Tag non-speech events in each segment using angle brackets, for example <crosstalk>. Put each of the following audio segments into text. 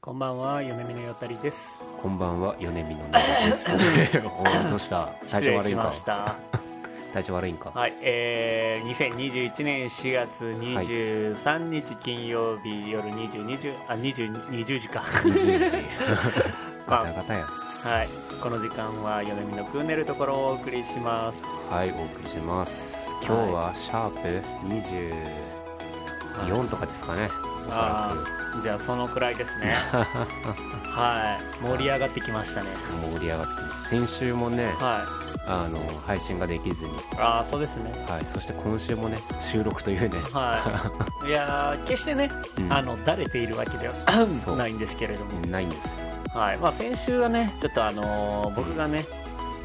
こんばんは、米見のよたり <laughs> です。こんばんは、米見のな <laughs> です。おーどうした失体調礼悪いしんかました。体調悪いんか、はい、えー、2021年4月23日金曜日夜20、20、あ、20、20時間。<laughs> <laughs> ?20 時。まガあタガタや。はい、この時間は米見のくんねるところをお送りします。はい、お送りします。今日はシャープ24とかですかね。おそらじゃあ、そのくらいです <laughs> ね。はい、盛り上がってきましたね。く盛り上がってます先週もね、はい、あの、配信ができずに、ああ、そうですね。はい、そして今週もね、収録というね、 <laughs> はい、いやー決してね、うんあの、だれているわけでそはうないんですけれども。ないんですよ。はい、まあ先週はね、ちょっとあのー僕がね、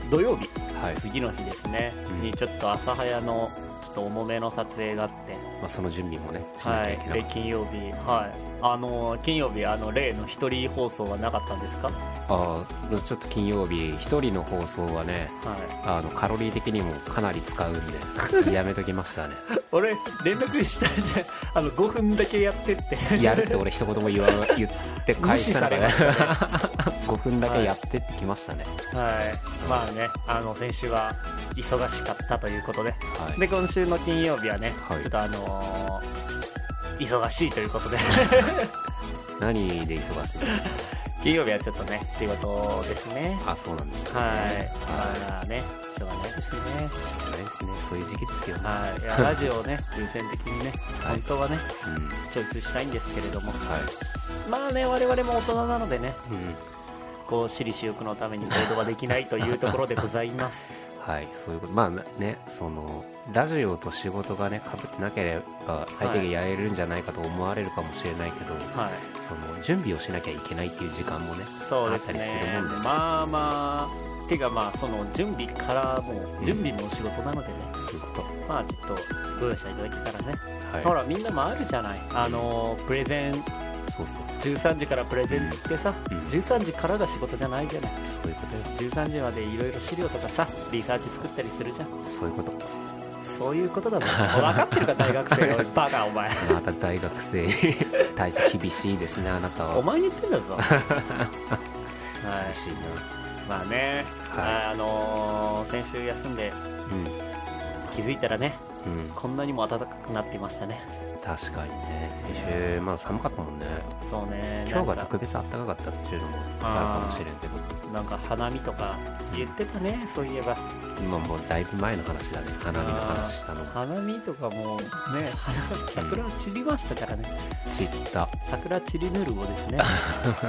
土曜日、はい。次の日ですね、うんにちょっと朝早の、ちょっと重めの撮影があって、まあ、その準備もね、しなきはゃいいけな、かで、った金曜日、はい、あのー金曜日、あの、例の一人放送はなかったんですかはあーちょっと金曜日、一人の放送はね、い。あのカロリー的にもかなり使うんで <laughs> やめときましたね俺、連絡したじゃん、あの、5分だけやってって。やるって俺一言も言 <laughs> わな言って無返視したさのれがまねしたね。 5分だけやってってきましたねはい。まあね、あの、先週は忙しかったということで。はい、で、今週の金曜日はね、はいちょっとあのー忙しいということで。何で忙しいんですか金曜日はちょっとね仕事ですねあそうなんですかはいまあねしょうがないですねしょうがないですねそういう時期ですよねはいい <laughs> やラジオをね優先的にねはい本当はねうんチョイスしたいんですけれどもはいまあね我々も大人なのでねうんこう私利私欲のために行動はできないというところでございます <laughs> はいそういうことまあねそのラジオと仕事がねかぶってなければ最低限やれるんじゃないかと思われるかもしれないけど、はいその準備をしなきゃいけないっていう時間もねそうあでっすたねりするもんでまあまあてかまあその準備からもうん準備もお仕事なのでね、そういうことまあちょっとご容赦いただけたらね、はいほらみんなもあるじゃないあのプレゼンそうそうそう13時からプレゼンつってさ、うん13時からが仕事じゃないじゃないそういうことよ13時までいろいろ資料とかさリサーチ作ったりするじゃんそういうことそういうこと <laughs> だもん分かってるか大学生おいバカお前また大学生 <laughs> に対して厳しいですねあなたはお前に言ってんだ <laughs> ぞはい厳しいまあね、はいああのー先週休んでな気づいたらねうん、うん、こんなにも暖かくなっていましたね確かにね先週まだ寒かったもんねそうね今日ながんか特別暖かかったっていうのもあるかもしれんけどなんか花見とか言ってたねそういえば今もうだいぶ前の話だね花見の話したのが花見とかもうね花桜散りましたからね散った桜チリヌルボですね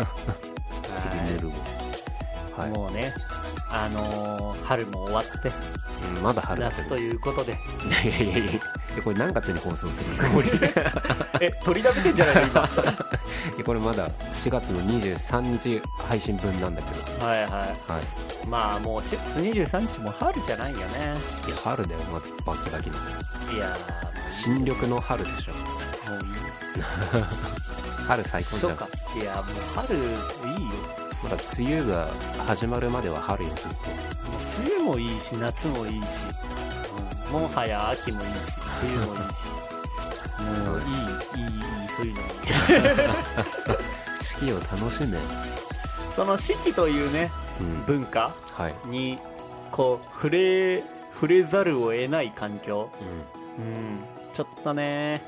<laughs> ちびぬるをはい、もうねあのー春も終わってうんまだ春だけ夏とどいいうことでやいやいやいやでこれ何月に放送するつもり <laughs> いえ取りだめてんじゃないの今 <laughs> はやこれまだ4月の23日配信分なんだけどいははいいまあもう4月23日も春じゃないよねいや春だよまだバキバキのいや新緑の春でしょーもういい春最高じゃん初夏いやもう春いいよほら梅雨が始まるまでは春よずっともう梅雨もいいし夏もいいし、うんもはや秋もいいし冬 <laughs> もいいしもういいいいいいそういうの四季を楽しめその四季というねうん文化はい、にこう触れ触れざるを得ない環境ううんちょっとねんうん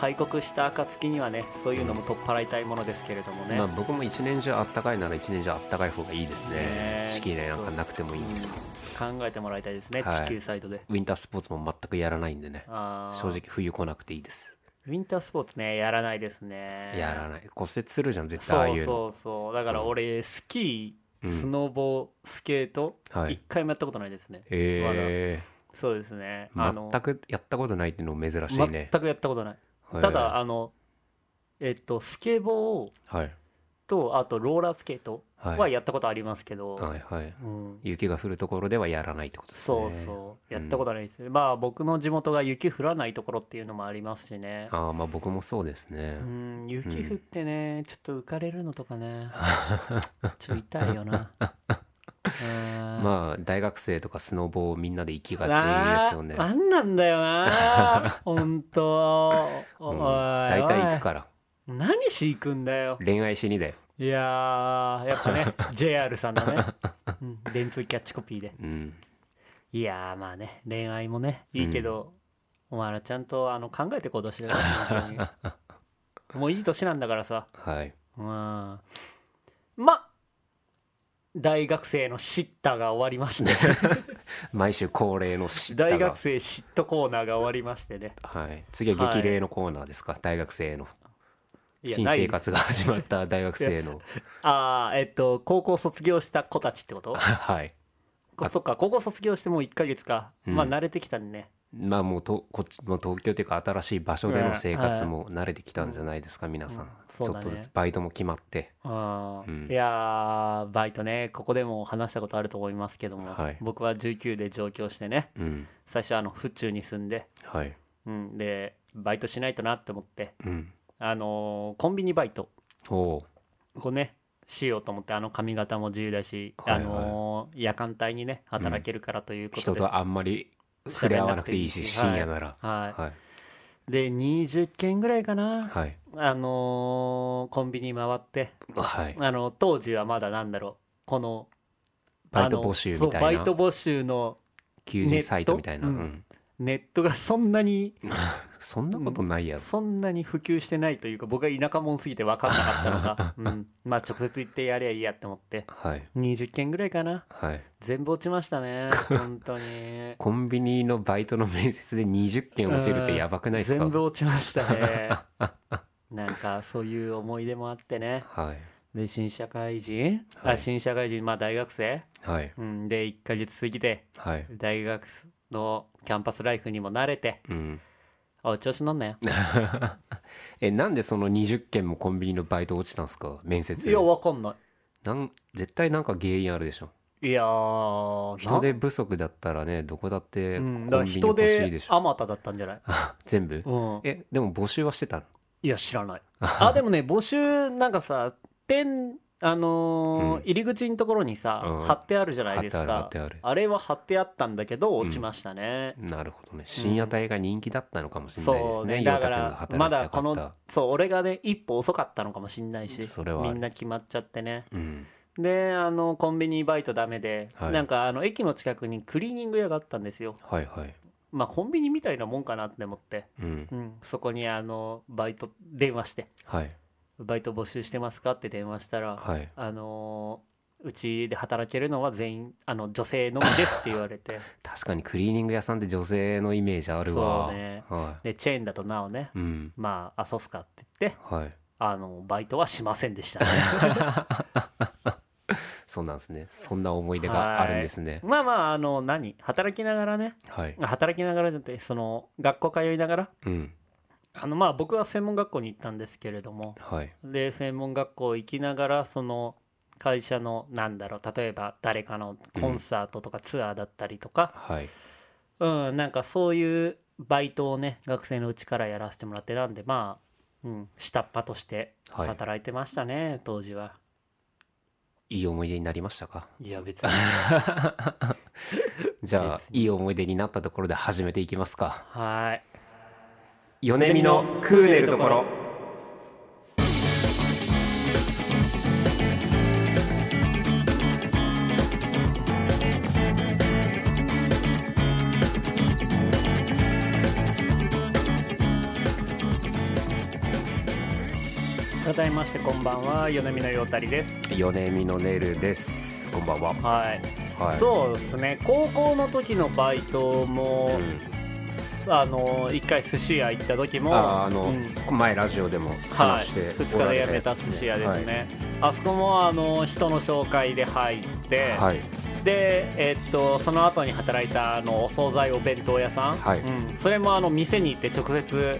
開国した暁にはねそういうのも取っ払いたいものですけれどもね、まあ、僕も一年中あったかいなら一年中あったかい方がいいですねね四季ねなんかなくてもいいんですよ考えてもらいたいですね、はい地球サイドでウィンタースポーツも全くやらないんでねあー正直冬来なくていいですウィンタースポーツねやらないですねやらない骨折するじゃん絶対ああそういうのそうそうだから俺、スキうーんスノボスケート、はい一回もやったことないですねへえそうですねあの全くやったことないっていうのも珍しいね全くやったことないへーただあのえっとスケボーをはいとあとローラースケートはいはやったことありますけど、はいはいうん、雪が降るところではやらないってことですねそうそうやったことないですね、まあ僕の地元が雪降らないところっていうのもありますしねああまあ僕もそうですねうん雪降ってね、ちょっと浮かれるのとか <laughs> ねちょっと痛いよなうんまあ大学生とかスノボをみんなで行きがちあですよねーあ <laughs> んなんだよな本当うんおい大体行くから何し行くんだよ恋愛しにだよいやーやっぱ <laughs> ね JR さんだね、うん、電通キャッチコピーでうんいやーまあね恋愛もねいいけど、お前らちゃんとあの考えて行動しろよ本当 <laughs> にもういい年なんだからさはいうんまあ大学生のシッターが終わりま <laughs> して毎週恒例の知ったが大学生嫉妬コーナーが終わりましてねはい次は激励のコーナーですか、大学生のいや新ない生活が始まった大学生のああえっと高校卒業した子たちってことはいこそっか高校卒業してもう1ヶ月か、うんまあ慣れてきたんでねまあもうとこっちもう東京というか新しい場所での生活も慣れてきたんじゃないですか、皆さん、うんちそうょだっねとずつバイトも決まってあうんーいやーバイトねここでも話したことあると思いますけども、はい僕は19で上京してねうん最初あの府中に住んで、はいうん、でバイトしないとなって思ってうんあのーコンビニバイトおおをねしようと思ってあの髪型も自由だし、はいはいあのー夜間帯にね働けるからということ人でとあんまり触れ合わなくていいし喋ん深なくていいし夜ならはいはいで20件ぐらいかな、はいあのーコンビニ回ってはいあの当時はまだなんだろうこのバイト募集みあたのいそうバイなト募集の求人サイトみたいな、うネットん、ネットがそんなにそんなことないやろ、そんなに普及してないというか僕が田舎者すぎて分かんなかったの <laughs> が、うん、まあ直接行ってやりゃいいやって思ってはい20件ぐらいかなはい全部落ちましたね本当にコンビニのバイトの面接で20件落ちるってやばくないですか全部落ちました <laughs> ねなんかそういう思い出もあってねはいで新社会人、はあい新社会人まあ大学生、はいうん、で1ヶ月過ぎてはい大学のキャンパスライフにも慣れてうん <laughs> おい調子乗んなよえなんでその20件もコンビニのバイト落ちたんですか面接いでやわかんななん絶対なんか原因あるでしょいいやー人手不足だったらねどこだってうコん、だンビからニ人欲しいででしょ、あまただったんじゃない、 <laughs> 全部うん、えでも募集はしてたのいや知らないあ <laughs> でもね募集なんかさ点あのーうん入り口のところにさ、うん貼ってあるじゃないです貼かってある貼ってあるれは貼ってあったんだけど落ちましたね、なるほどね深夜帯が人気だったのかもしれないでそすうね、ね陽だか太くんがら働きたかったまだこのそう俺がね一歩遅かったのかもしんないしそれはあみるんな決まっちゃってねうんであのコンビニバイトダメで、はいなんかあの駅の近くにクリーニング屋があったんですよはいはいまあコンビニみたいなもんかなって思って、うんうん、そこにあのバイト電話してはいバイト募集してますかって電話したら、はいあのーうちで働けるのは全員あの女性のみですって言われ <laughs> て確かにクリーニング屋さんって女性のイメージあるわそうねはでチェーンだとなおねいうんまああそうっすかって言ってはいあのバイトはしませんでした <laughs> ねそうなんですねそんな思い出があるんですねまあまああの何働きながらねはい、働きながらじゃなくてその学校通いながらうんあのまあ僕は専門学校に行ったんですけれどもはいで専門学校行きながらその会社のなんだろう例えば誰かのコンサートとかツアーだったりとか、はいうん、なんかそういうバイトをね、学生のうちからやらせてもらってなんで、まあ、うん、下っ端としてはい働いてましたね、当時は。いい思い出になりましたかいや、別に。じゃあいい思い出になったところで始めていきますか <laughs> はい。米見のクーネルところ改めまして、こんばんは、米見のようたりです。米見のネルですこんばんははい。はいそうですね、高校の時のバイトも、うんあの、一回寿司屋行った時も、ああの、うん前ラジオでもは話い、して2お日らでれ辞めたや寿つ司屋ですね。あそこも、あの、人の紹介で入って、はい、はいで、えっとその後に働いたあのお惣菜お弁当屋さん、はいうん、それもあの店に行って直 <laughs> 接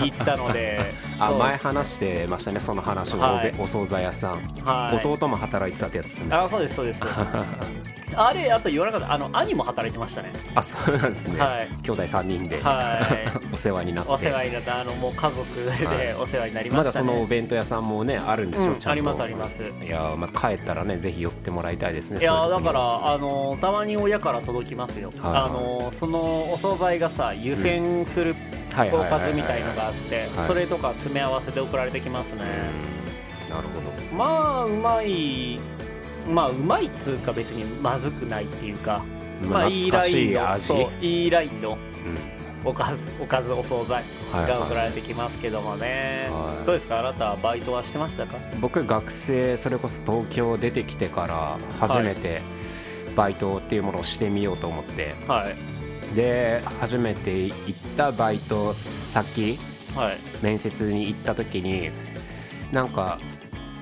行ったのであそう前話してましたねその話のお,、はいお惣菜屋さん、はい弟も働いてたってやつですねあそうですそう <laughs> ですあれあと言わなかったあの兄も働いてましたねあそうなんですね、はい兄弟3人で、はお世話になってお世話になったあのもう家族はでいお世話になりままだした、そねのお弁当屋さんもねあるんでしうょ、んちゃんとありますありますいやーまあ帰ったらねぜひ寄ってもらいたいですねいやそういうだとこかにらあのたまに親から届きますよ、はいはいあのそのお惣菜がさ湯煎するはいは包いはいはい括みたいのがあってはいそれとか詰め合わせで送られてきますね、うんなるほどまあうまいまあうまいっつうか別にまずくないっていうかまあいい懐かラしインいの味そういいラインのうんおかず <laughs> おかずお惣菜はいが送はられてきますけどもね、はいどうですかあなたはバイトはしてましたかい、僕学生それこそ東京出てきてから初めてバイトっていうものをしてみようと思ってはいで初めて行ったバイト先はい面接に行った時になんか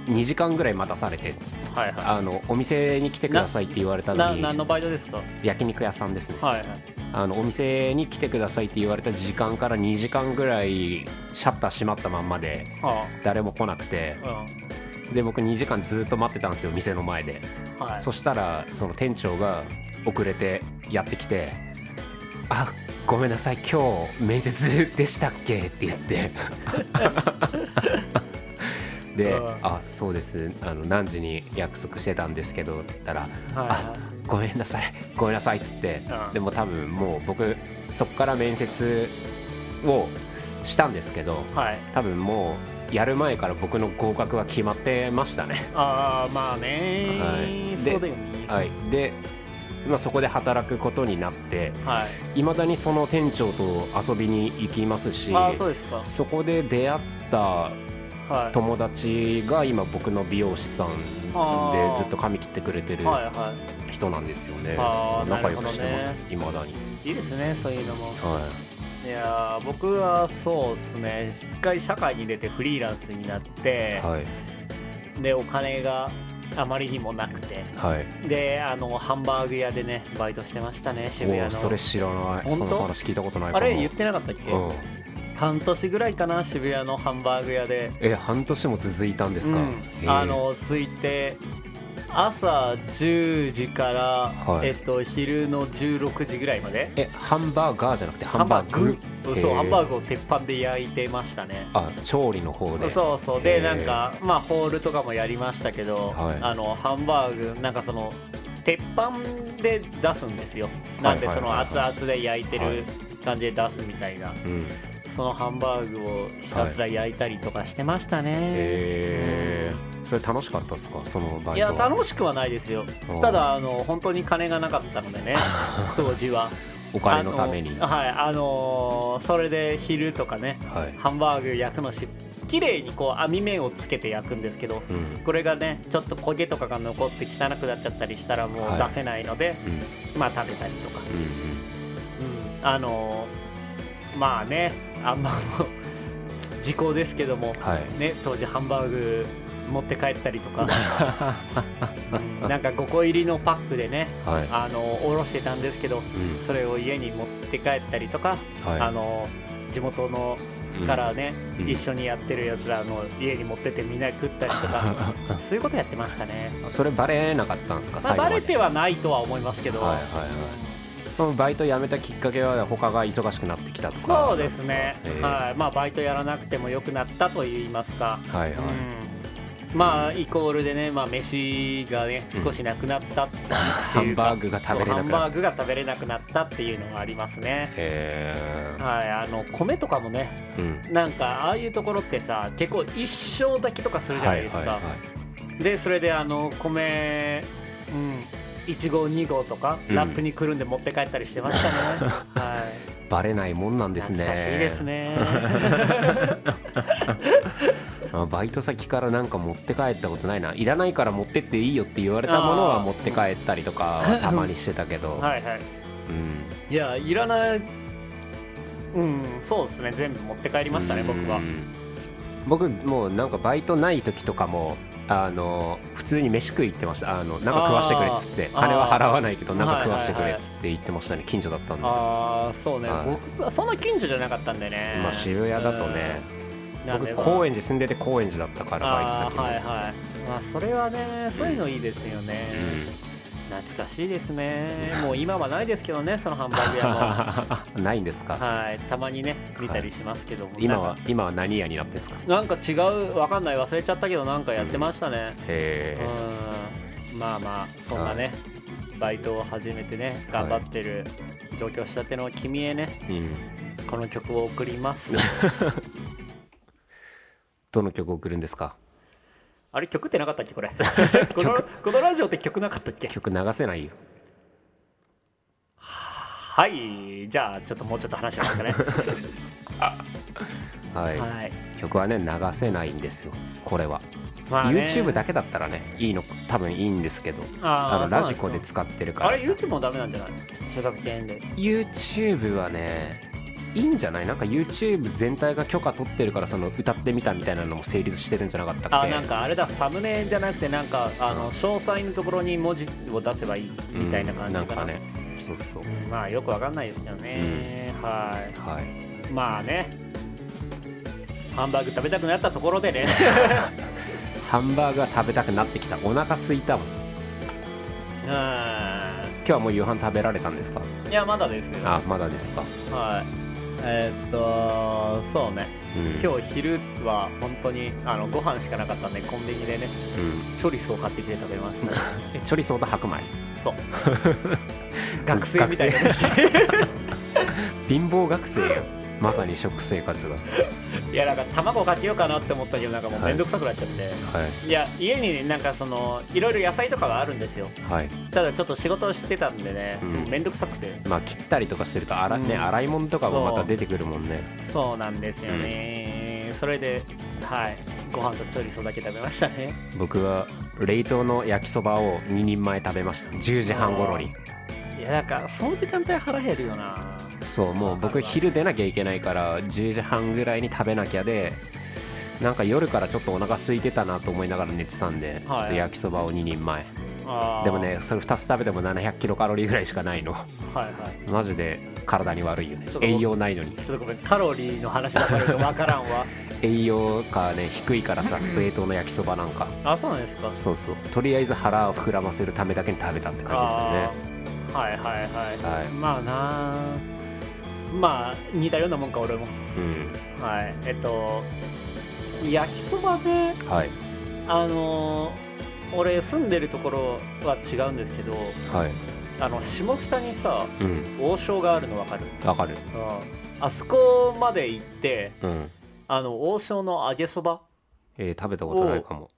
2時間ぐらい待たされてはいはあのお店に来てくださいって言われたいのなに何のバイトですか焼肉屋さんですねはいはいあのお店に来てくださいって言われた時間から2時間ぐらいシャッター閉まったまんまでは誰も来なくてあで僕2時間ずっと待ってたんですよ店の前で、うんはいそしたらその店長が遅れてやってきて「あごめんなさい今日面接でしたっけ?」って言って <laughs> でうん「あそうですあの何時に約束してたんですけど」って言ったら「はいあごめんなさいごめんなさい」っつって、うんでも多分もう僕そこから面接をしたんですけどはい多分もうやる前から僕の合格は決まってましたねああまあね、はいでそうだよねはい、で、まあ、そこで働くことになってはいまだにその店長と遊びに行きますしいああそうですかそこで出会ったはい友達が今僕の美容師さんあーでずっと髪切ってくれてるはいは人なんですよね、あー仲良くしてますいま、未だに、いいいですねそういうのもはいやー僕はそうですね一回社会に出てフリーランスになっい、て、はいでお金があまりにもなくてはいであのハンバーグ屋でねバイトしてましたね渋谷おーのそれ知らない本そ当の話聞いたことないかあもれ言ってなかったっけ、うん、半年ぐらいかな渋谷のハンバーグ屋でえ半年も続いたんですか、うんへーあの空いて朝10時から、はいえっと、昼の16時ぐらいまでえハンバーガーじゃなくてハンバーググそうへーハンバーグを鉄板で焼いてましたねあ調理の方でそうそうでへーなんかまあホールとかもやりましたけど、はいあのハンバーグなんかその鉄板で出すんですよなんではいそはいのはいはい熱々で焼いてはいる感じで出すみたいな、うん、そのハンバーグをひたすら焼いたりとかしてましたね、えー、それ楽しかったですかそのバイトいや楽ししくはないですようんただあの本当に金がなかったので <laughs> ね当時はお金のためにあのはいあのーそれで昼とかねはい、ハンバーグ焼くのし綺麗にこう網目をつけて焼くんですけどうんこれがねちょっと焦げとかが残って汚くなっちゃったりしたらもうはい出せないので、うんまあ食べたりとか、うんうんあのーまあねあんまもう時効ですけどもうんはいね、当時ハンバーグ持って帰ったりとか、うんなんか5個入りのパックでねはいあのおろしてたんですけどうんそれを家に持って帰ったりとか、はいあの地元のからね、うん一緒にやってるやつらの家に持ってってみんなで食ったりと <laughs> かそういうことやってましたね、うんそれバレなかったんですまかあ、最後まバでレてはないとは思いますけど、はいはいはいそのバイト辞めたきっかけは他が忙しくなってきたとかそうですねなんかはいまあ、バイトやらなくても良くなったといいますか、へーはいはい、うんまあイコールでね、まあ、飯がねうん少しなくなったっていうか、 <laughs> ハンバーグが食べれそうハなンくバなーっグが食べれなくなったっていうのがありますねえはいあの米とかもねーうんなんかああいうところってさ結構一生炊きとかするじゃないですか、はいはいはいでそれであの米うん1号2号とか、うんラップにくるんで持って帰ったりしてましたね <laughs> はいバレないもんなんですね懐かしいです <laughs> ねあバイト先からなんか持って帰ったことないないらないから持ってっていいよって言われたものは持って帰ったりとかはたまにしてたけど、はいはいうん、いやいらないうんそうですね全部持って帰りましたね僕はうん僕もうなんかバイトない時とかもあの普通に飯食い行ってましたあのなんか食わしてくれっつってあー金は払わないけどあーなんか食わしてくれっつって言ってましたね近所だったんでああそうねはい僕はそんな近所じゃなかったんでねまあ渋谷だとねうんなんで僕高円寺住んでて高円寺だったからバイトあ先ーも、はいはいまあそれはねそういうのいいですよね、懐かしいですねもう今はないですけどねそのハンバーグ屋もうんないんです <laughs> かはいたまにね見たりしますけども、今なんはか今は何屋になってんですかなんか違うわかんない忘れちゃったけどなんかやってましたねへえうんまあまあそんなねバイトを始めてね頑張ってる上京したての君へねうんこの曲を送ります <laughs> どの曲を送るんですかあれ曲ってなかったっけこ <laughs> れこのこのラジオって曲なかったっけ曲流せないよはいじゃあちょっともうちょっと話しますかねはい、はい曲はね流せないんですよこれは、まあね YouTube だけだったらねいいの多分いいんですけどあーそのうなラんジですかコで使ってるかあられ YouTube もダメなんじゃない著作権で YouTube はねいいんじゃないなんか YouTube 全体が許可取ってるからその歌ってみたみたいなのも成立してるんじゃなかったっけあなんかあれだサムネじゃなくてなんかあの詳細のところに文字を出せばいいうんみたいな感じかな,、んかねそうそううんまあよくわかんないですけどね、はいはいまあねハンバーグ食べたくなったところ <laughs> でねハンバーガー食べたくなってきたお腹空いたもんう今日はもう夕飯食べられたんですかんいやまだですよあまだですか、はいえーっとそうねうん、今日昼は本当にあのご飯しかなかったんでコンビニでねうんチョリスを買ってきて食べました <laughs> えチョリソーと白米そう学生みたいな話 <laughs> 貧乏学生よまさに食生活がいやなんか卵かけようかなって思ったけどなんかもうはいめんどくさくなっちゃって、はいいや家にねなんかそのいろいろ野菜とかがあるんですよはいただちょっと仕事をしてたんでね、うんめんどくさくてまあ切ったりとかしてると洗,、ね、うん洗い物とかもまそたう出てくるもんねそうなんですよね、それではいご飯とチョリソーだけ食べましたね僕は冷凍の焼きそばを2人前食べました10時半頃にいやなんかその時間帯腹減るよなそうもうわか僕るわ昼出なきゃいけないから10時半ぐらいに食べなきゃでなんか夜からちょっとお腹空いてたなと思いながら寝てたんで、ちょっと焼きそばを2人前あーでもねそれ2つ食べても700キロカロリーぐらいしかないのはいはいマジで体に悪いよねちょっと栄養ないのにちょっとごめんカロリーの話だからと分からん <laughs> わ栄養価ね低いからさ冷凍の焼きそばなんかあそうなんですかそうそうとりあえず腹を膨らませるためだけに食べたって感じですよねあーはいはいはい、はいまあなまあ似たようなもんか俺もはいえっと焼きそばでうんはいあのー俺住んでるところは違うんですけどはいあの下北にさうん王将があるの分かる、わかるうん、あそこまで行ってうんあの王将の揚げそばえー食べたことないかも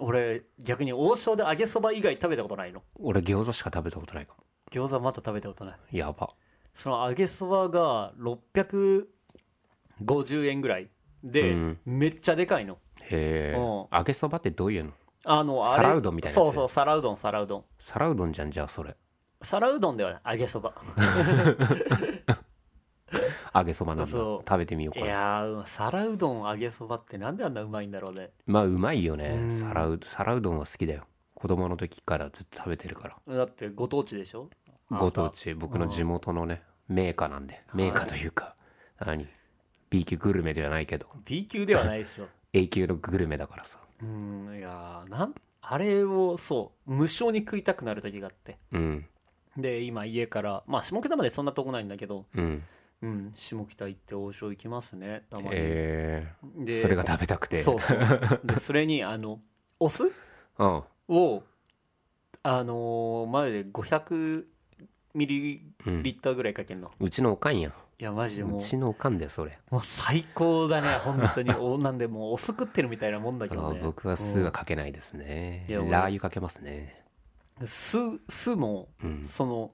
俺逆に王将で揚げそば以外食べたことないの俺餃子しか食べたことないかも餃子また食べたことないやばその揚げそばが650円ぐらいで、うんめっちゃでかいのへえうん揚げそばってどういうのあのあれ皿うどんみたいなやつそうそう皿うどん皿うどん皿うどんじゃんじゃあそれ皿うどんではない揚げそば揚げそばなんだそう食べてみよういかなやー皿うどん揚げそばってなんであんなうまいんだろうねまあうまいよねうん皿う皿うどんは好きだよ子供の時からずっと食べてるからだってご当地でしょご当地僕の地元のね名家なんで名家というか何 B 級グルメじゃないけど B 級ではないでしょ A 級のグルメだからさうんいやーなんあれをそう無性に食いたくなる時があってうんで今家からまあ下北までそんなとこないんだけどうんうん下北行って王将行きますねたまに、えーでそれが食べたくてそうそうでそれにあのお酢うんをあのー、前で500ミリリッターぐらいかけんの、うちのおかんやんいやマジでもううちのおかんだよそれもう最高だね本当におなんでもうお酢食ってるみたいなもんだけどあね僕は酢はかけないですねいラや俺ー油かけますね酢酢もうんその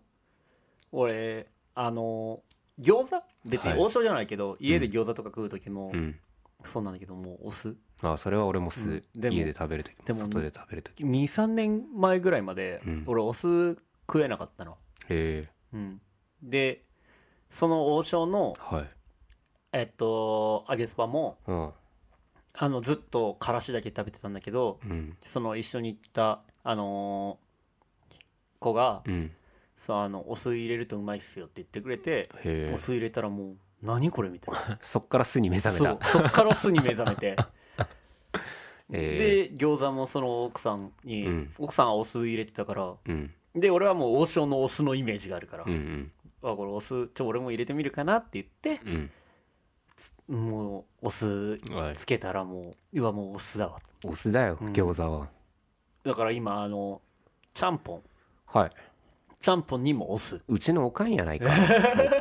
俺あの餃子別にはい王将じゃないけど、家で餃子とか食う時も、うんそうなんだけどもうお酢あそれは俺もう酢んでも家で食べるときでもも外で食べるときへ23年前ぐらいまで、うん俺お酢食えなかったの、えうん、でその王将のはいえっと揚げそばもうんあのずっとからしだけ食べてたんだけどうんその一緒に行ったあのー子が、うんそうあのお酢入れるとうまいっすよって言ってくれて、へえお酢入れたらもう何これみたいなそっから酢に目覚めそたうそっから酢に目覚め <laughs> てえで餃子もその奥さんに、うん奥さんはお酢入れてたからえうんで俺はもう王将のお酢のイメージがあるから、うんうんあこれお酢ちょ俺も入れてみるかなって言ってうんもうお酢はいつけたらもううわもうお酢だわお酢だよ、うん餃子はだから今あのちゃんぽんはいちゃんぽんにもお酢うちのおかん <laughs> やないか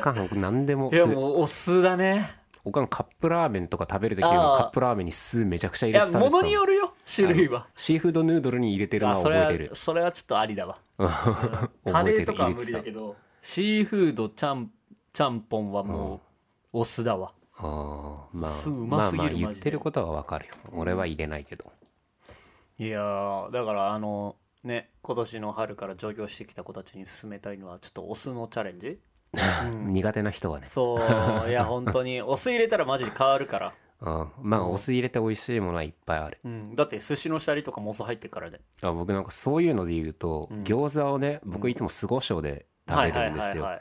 おかん何でもいや酢もうお酢だねおかんカップラーメンとか食べるときあーカップラーメンに酢めちゃくちゃい入れやてたんです物によるよ種類はシーフードヌードルに入れてるのあはそ覚れえはてるそれはちょっとありだわ <laughs> カ覚えレてーるとかは入無れて理ただけどシーフードちゃんちゃんぽんはもうお酢だわあーまあ酢うますぎるまあまあ言マっジでてることはわかるよ俺は入れないけどいやーだからあのね今年の春から上京してきた子たちに勧めたいのはちょっとお酢のチャレン <laughs> ジ、うん苦手な人はねそういや本当 <laughs> にお酢入れたらマジで変わるから、うんまあお酢入れて美味しいものはいっぱいあるうん、だって寿司のシャリとかもお酢入ってるからで、あ僕なんかそういうので言うと、うん餃子をね僕いつも酢胡椒で食べるんですはいはいはいよはい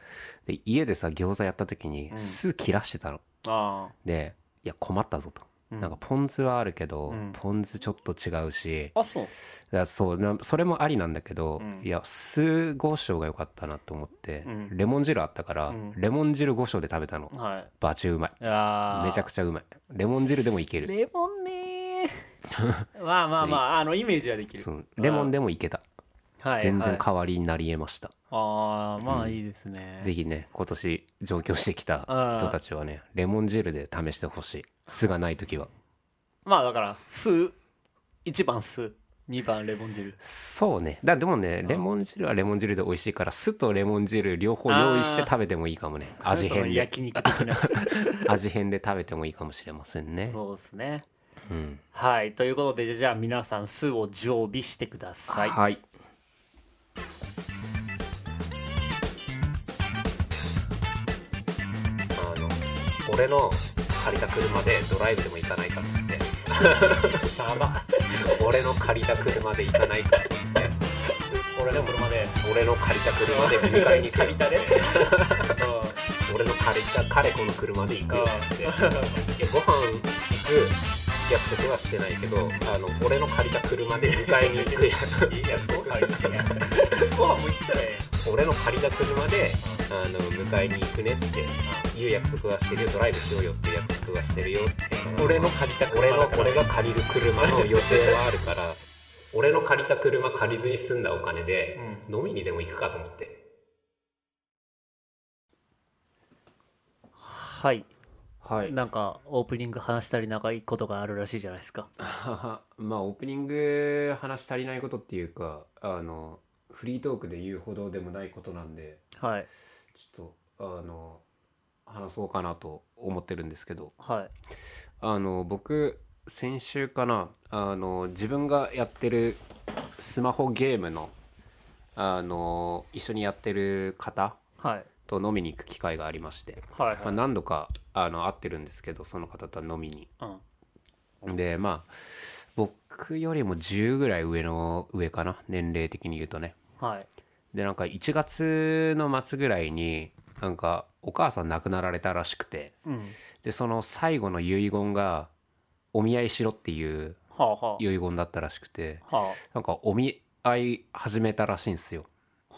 で家でさ餃子やった時にうん酢切らしてたの、あでいや困ったぞと、あ、うなんかポン酢はあるけど、うんポン酢ちょっと違うしあそうだからそうなそれもありなんだけど、うんいや酢胡椒が良かったなと思って、うんレモン汁あったから、うんレモン汁胡椒で食べたのはいバチうまいあめちゃくちちゃうまいレモン汁でもいけるレモンね <laughs> ーまあまあまああのイメージはできるそうレモンでもいけたはい全然はい代わりになりえました、ああまあいいですね、ぜひね今年上京してきた人たちはねレモン汁で試してほしい酢がない時はまあだから酢一番酢二番レモン汁そうねだでもねレモン汁はレモン汁で美味しいから酢とレモン汁両方用意して食べてもいいかもね味その変で焼肉的 <laughs> な味変で食べてもいいかもしれませんねそうですねうんはいということでじゃあ皆さん酢を常備してくださいはいあの俺の借りた車でドライブでも行かないかっつ <laughs> ってシャバ俺の借りた車で行かないかって言って俺の車で俺の借りた車で迎えに来るっつって俺の借りた彼子の車で行くよっつっていやご飯行く約束はしてないけどあの俺の借りた車で迎えに行く約束ご飯も行ったらえ俺の借りた車であの迎えに行くねっていう約束はしてるよドライブしようよっていう約束はしてるよって俺の借りた俺車のだから俺が借りる車の予定はあるから俺の借りた車借りずに済んだお金で飲みにでも行くかと思ってはいはなんかオープニング話したりなんかいいことがあるらしいじゃないですか <laughs> まあオープニング話足りないことっていうかあのフリートークで言うほどでもないことなんではいちょっとあの話そうかなと思ってるんですけどはいあの僕先週かなあの自分がやってるスマホゲームのあの一緒にやってる方はいと飲みに行く機会がありまして、はいまあ、何度かあの会ってるんですけどその方とは飲みにうんでまあ僕よりも10ぐらい上の上かな年齢的に言うとねはいでなんか1月の末ぐらいになんかお母さん亡くなられたらしくてうんでその最後の遺言がお見合いしろっていうはあは遺言だったらしくてあはなんかお見合い始めたらしいんですよ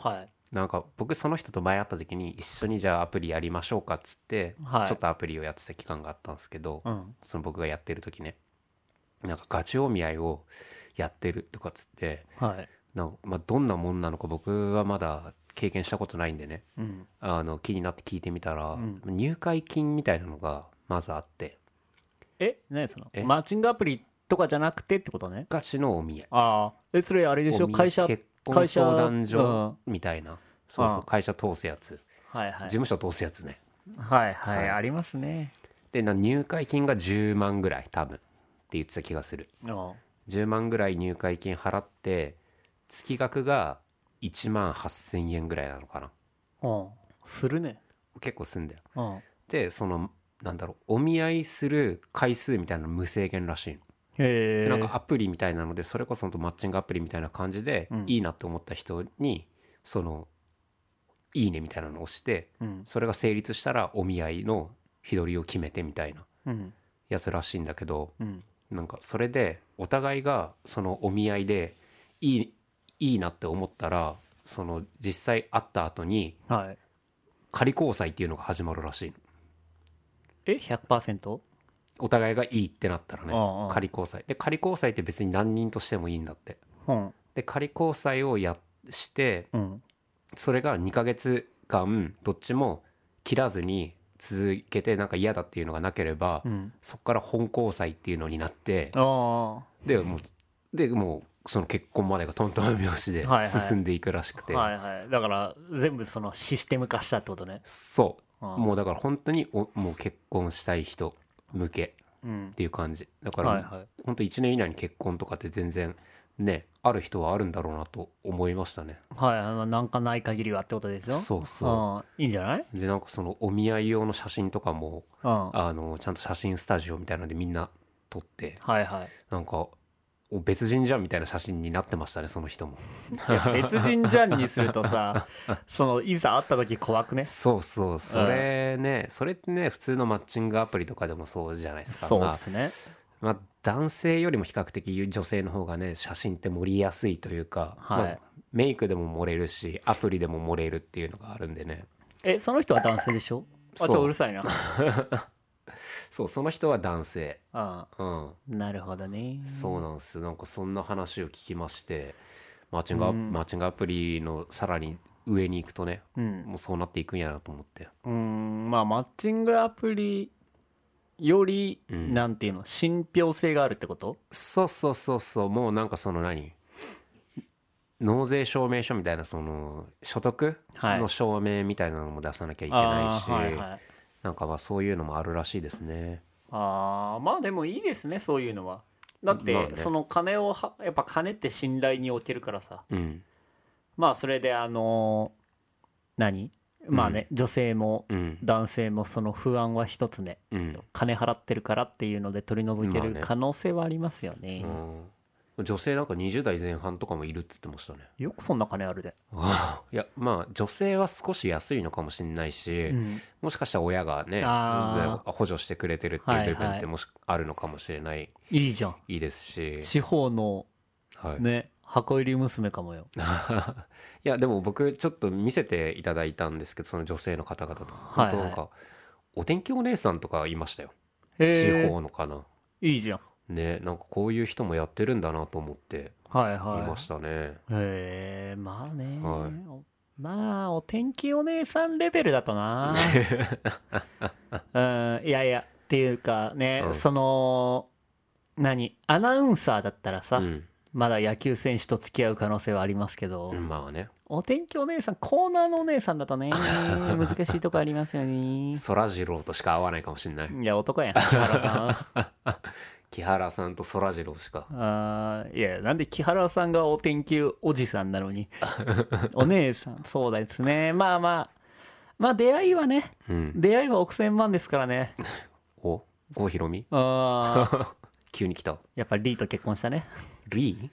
あはいなんか僕その人と前会った時に一緒にじゃあアプリやりましょうかっつって、はいちょっとアプリをやってた期間があったんですけど、うんその僕がやってる時ねなんかガチお見合いをやってるとかっつってはいなんかまあ、どんなもんなのか僕はまだ経験したことないんでねうんあの気になって聞いてみたら、うん入会金みたいなのがまずあってえ何そのえマッチングアプリとかじゃなくてってことねガチのお見合いああえそれあれでしおょ見会社結婚会社相談所みたいな、そうそうああ会社通すやつはいは事い務所通すやつねはいはい、はいありますねでな入会金が10万ぐらい多分って言ってた気がするうん10万ぐらい入会金払って月額が1万8000円ぐらいなのかなうんするね結構すんだようんでそのなんだろうお見合いする回数みたいなの無制限らしいのへえでなんかアプリみたいなのでそれこそほんとマッチングアプリみたいな感じで、うんいいなって思った人にその「いいね」みたいなのを押してうんそれが成立したらお見合いの日取りを決めてみたいなうんやつらしいんだけどうんなんかそれでお互いがそのお見合いでいいいいなって思ったらその実際会った後にはい仮交際っていうのが始まるらしいのえ100%お互いがいいってなったらねああ仮交際で仮交際って別に何人としてもいいんだってうんで仮交際をやしてうんそれが2ヶ月間どっちも切らずに続けてなんか嫌だっていうのがなければ、うんそこから本交際っていうのになってあでもうでもうその結婚までがトントン拍子ではいはい進んでいくらしくあて、はいはいだから全部そのシステム化したってことねそうももうだから本当におもう結婚したい人向けうん、うんっていう感じだから、はいはい本当1年以内に結婚とかって全然ねある人はあるんだろうなと思いましたねはいはいまあなんかない限りはってことですよそうそうんいいんじゃないうでなんかそのお見合い用の写真とかもうんはあのちゃんと写真スタジオみたいなのでみんな撮っていはいなんかお別人じゃんみたいな写真になってましたねその人もいや別人じゃんにすると <laughs> さそのいざ会った時怖くねそうそうそれね、それってね普通のマッチングアプリとかでもそうじゃないですかそうまであすねまあ、男性よりも比較的女性の方がね写真って盛りやすいというか、はいまあメイクでも盛れるしアプリでも盛れるっていうのがあるんでねえその人は男性でしょあちょそうっとうる <laughs> さいなそうその人は男性あうんあなるほどねそうなんですよなんかそんな話を聞きましてマッチングア,、うんマッチングアプリのさらに上に行くとねうんもうそうなっていくんやなと思ってうんまあマッチングアプリより、うんなんていうの信憑性があるってことそうそうそうそうもうなんかその何納税証明書みたいなその所得はいの証明みたいなのも出さなきゃいけあないし、ーはいはいなんかまあそういうのもあるらしいですね。あーまあでもいいですねそういうのはだって、まあねその金をはやっぱ金って信頼におけるからさうん。まあそれであのー何まあね、女性もうん。男性もその不安は一つねうん。金払ってるからっていうので取り除けまあるね可能性はありますよね,、うん女性なんか20代前半とかもいるっつってましたね。 <laughs> よくそんな金あるで、いや、まあ女性は少し安いのかもしれないし、うんもしかしたら親がね、あ補助してくれてるっていう部はい分はっいてもし、あるのかもしれない、いいじゃんいいですし。地方のはい。ね箱入り娘かもよ <laughs> いや、でも僕ちょっと見せていただいたんですけど、その女性の方々と。本当なんか、お天気お姉さんとかいましたよ。へ地え方のかな。いいじゃんね、なんかこういう人もやってるんだなと思って。はいいはましたね、いへえまあね、はおまあお天気お姉さんレベルだと <laughs> なうんいやいやっていうかね、うんその何アナウンサーだったらさ、うんまだ野球選手と付き合う可能性はありますけど、まあねお天気お姉さんコーナーのお姉さんだと <laughs> ね難しいとこありますよねそらジローとしか会わないかもしれないいや男やん木原さ木原さんとそらジローしかんあーいやなんで木原さんがお天気おじさんなの <laughs> にお姉さんそうですねまあまあまあ出会いはねうん出会いは億千万ですから <laughs> ねお郷ひろみ <laughs> あー急に来たやっぱリーと結婚したねリ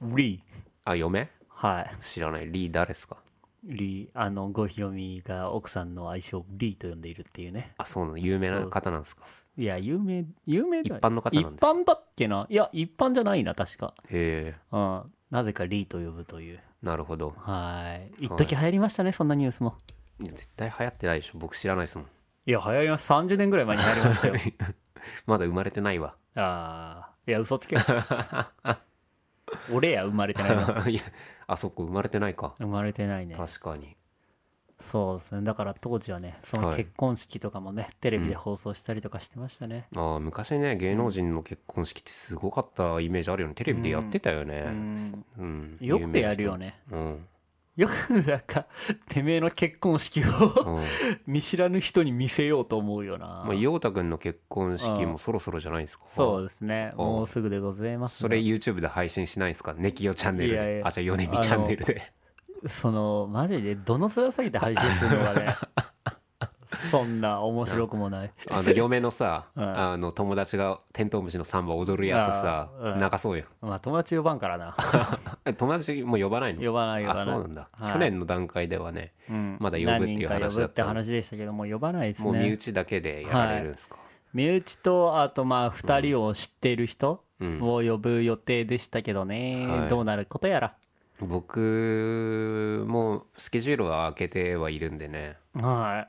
ーリーあ嫁はい知らないリー誰ですかリーあの郷ひろみが奥さんの愛称をリーと呼んでいるっていうねあそうなの有名な方なんですかいや、有名、有名だ一般の方なんですか一般だっけないや、一般じゃないな、確か。へえうん。なぜかリーと呼ぶという。なるほどはい。一時流行りましたね、そんなニュースも。いや絶対流行ってないでしょ僕知らないですもんいや、流行りました。30年ぐらい前に流行りましたよ。 <laughs> まだ生まれてないわ <laughs> ああ。いや、嘘つけ。俺や、生まれてないの。いやあそこ生まれてないか <laughs> 生まれてないね。確かにそうですね。だから当時はね、そのはい結婚式とかもね、テレビで放送したりとかしてましたね。ああ昔ね芸能人の結婚式ってすごかったイメージあるよねテレビでやってたよねうんよくやるよねね。うんよくなんか、てめえの結婚式を <laughs> うん見知らぬ人に見せようと思うよな。まあ、陽太くんの結婚式もそろそろじゃないですか。そうですね。んもうすぐでございますそが、れ YouTube で配信しないですかネキヨチャンネルで。いやいやあ、じゃあヨネミチャンネルで。その、マジでどの面下げて配信するのが <laughs> ね、そんな面白くもない。あの、嫁のさ、 <laughs> うんあの、友達がテントウムシのサンバ踊るやつさあ、ーうん泣かそうよ。まあ、友達呼ばんから <laughs> な。え友達もう呼ばないの呼ばない、呼ばない。あ、そうなんだ、はい去年の段階ではね、うんまだ呼ぶっていう話だ何人か呼ぶっったて話でしたけど、もう呼ばないですね。もう身内だけでやられるんですか。身内と、あとまあ、二人を知っている人うんを呼ぶ予定でしたけどね、はいどうなることやら。僕もスケジュールは開けてはいるんでね。はい。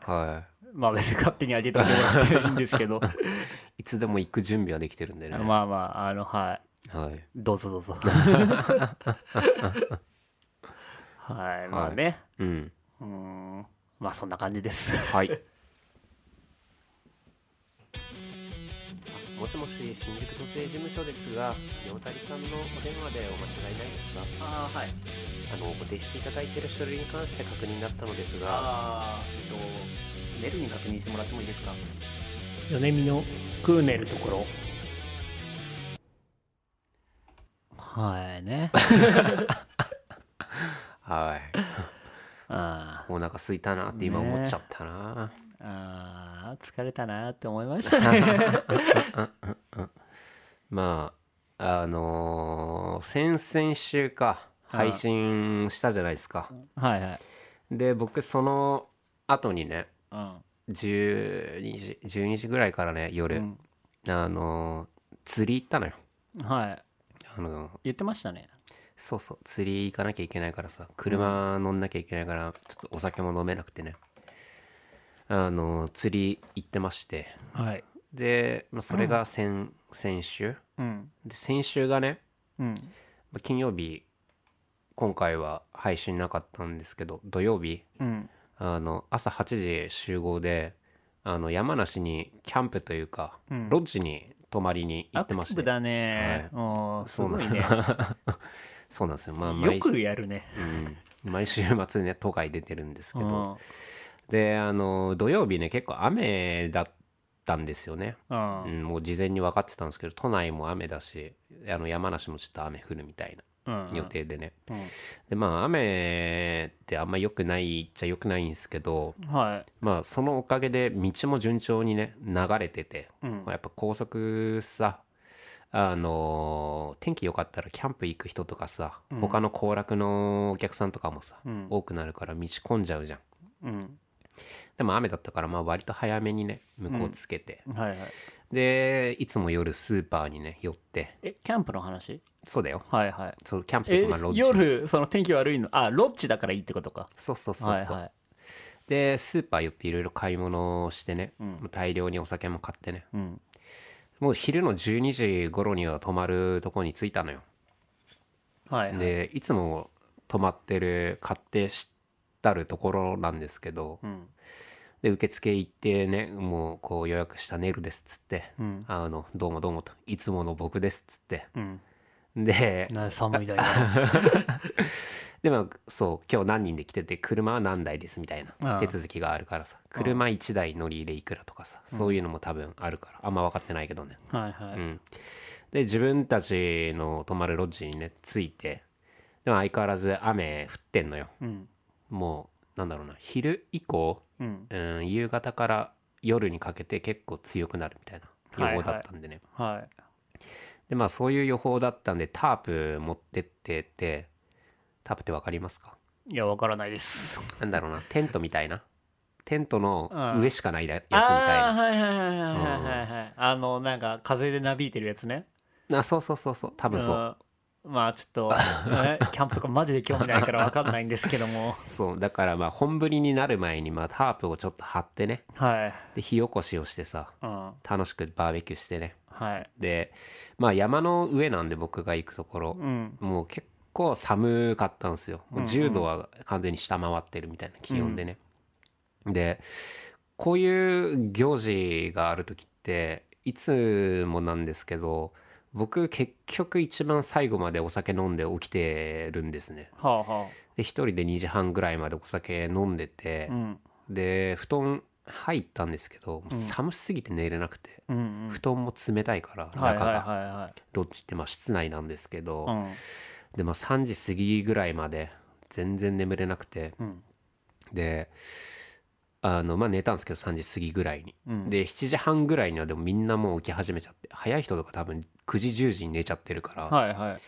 はまあ、別に勝手にあげてもらっていいんです <laughs> けど、い。いつでも行く準備はできてるんでね。まあまあ、 <laughs> あの、はい。はい。どうぞどうぞ。はいまあね、うんうーんまあそんな感じですはいもしもし新宿都政事務所ですが両谷さんのお電話でお間違いないです <laughs> かああはいあのご提出いただいている書類に関して確認だったのですがああえっとメルに確認してもらってもいいですか米見のクーネルところはい <laughs> ねはいあーお腹空いたなって今ねえ思っちゃったな、あー疲れたなって思いました <laughs> ねまああのー先々週かあ配信したじゃないですかはいはい、で僕その後にねうん12時12時ぐらいからね夜、うんあのー釣り行ったのよはいあのー言ってましたねそうそう釣り行かなきゃいけないからさ車乗んなきゃいけないからちょっとお酒も飲めなくてねあのー釣り行ってましてはいで、まあ、それが先,、先週うんで先週がねうんまあ金曜日今回は配信なかったんですけど土曜日うんあの朝8時集合であの山梨にキャンプというか、うんロッジに泊まりに行アっクてテまィしブてだね、おーすそうなごんいね <laughs> そうなんですよまあよ毎,、くやるねうん、毎週末ね都会出てるんですけうどんであの土曜日ね結構雨だったんですよね、うんうん、もう事前に分かってたんですけど都内も雨だしあの山梨もちょっと雨降るみたいなうん予定でね、うんでまあ雨ってあんま良くないっちゃ良くないんですけどはまあそのおかげで道も順調にね流れてて、いうんまあやっぱ高速さあのー天気良かったらキャンプ行く人とかさ、うん他の行楽のお客さんとかもさ、うん多くなるから道混んじゃうじゃんうんでも雨だったからまあ割と早めにね向こうつけて、はいはいでいつも夜スーパーにね寄ってえキャンプの話そうだよはいはいそうキャンプとえかまあロッジ夜その天気悪いのあロッジだからいいってことかそうそうそうそう、はいはいでスーパー寄っていろいろ買い物をしてね、うんもう大量にお酒も買ってねうんもう昼の12時頃には泊まるとこに着いたのよ、はいはいでいつも泊まってる買ってしたるところなんですけどうんで受付行ってねもうこう予約したネルですっつって、うんあのどうもどうもといつもの僕ですっつってうんでな寒いだよでもそう今日何人で来てて車は何台ですみたいあな <laughs> あ手続きがあるからさ車1台乗り入れいくらとかさそういうのも多分あるからあんま分かってないけどねはいはういん、で自分たちの泊まるロッジにね着いてでも相変わらず雨降ってんのようんもうなんだろうな昼以降、うんうん、夕方から夜にかけて結構強くなるみたいなはい予は報いだったんでね、はいでまあそういう予報だったんでタープ持ってってってタープってわかりますかいやわからないですなんだろうなテントみたいなテントの上しかないだやつみたいああーなはいはいはいはいはいはいあのなんか風でなびいてるやつねあそうそうそうそう多分そう、うんまあちょっとえキャンプとかマジで興味ないから分かんないんですけど <laughs> もそうだからまあ本降りになる前にまあタープをちょっと張ってねはいで火起こしをしてさうん楽しくバーベキューしてねはいでまあ山の上なんで僕が行くところう、んもう結構寒かったんですよもううんうん10度は完全に下回ってるみたいな気温でね、でこういう行事がある時っていつもなんですけど僕結局一番最後までお酒飲んで起きてるんですねはあはで一人で2時半ぐらいまでお酒飲んでてあう、んで布団入ったんですけどもううん寒すぎて寝れなくて、うんうん布団も冷たいから中が、はいはいはロッジってまあ室内なんですけど、いはいでまあ3時過ぎぐらいまで全然眠れなくてうんうんであのまあ寝たんですけど3時過ぎぐらいに、うんで7時半ぐらいにはでもみんなもう起き始めちゃって早い人とか多分9時10時に寝ちゃってるから、はいはい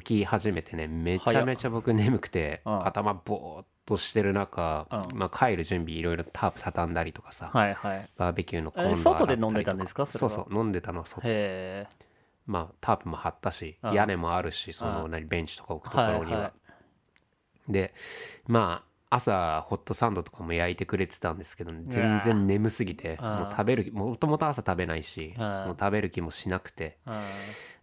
起き始めてねめちゃめちゃ僕眠くてうん頭ぼーっとしてる中、うんまあ、帰る準備いろいろタープ畳んだりとかさ、はいはいへバーベキューのコンロえ外で飲ん洗ったりでたんとですかそれそうはそう飲んでたのは外えまあタープも張ったしうん屋根もあるしそのうん何ベンチとか置くところにはいははでまあ朝ホットサンドとかも焼いてくれてたんですけどね全然眠すぎてうんもう食べるもともと朝食べないしうんもう食べる気もしなくてうん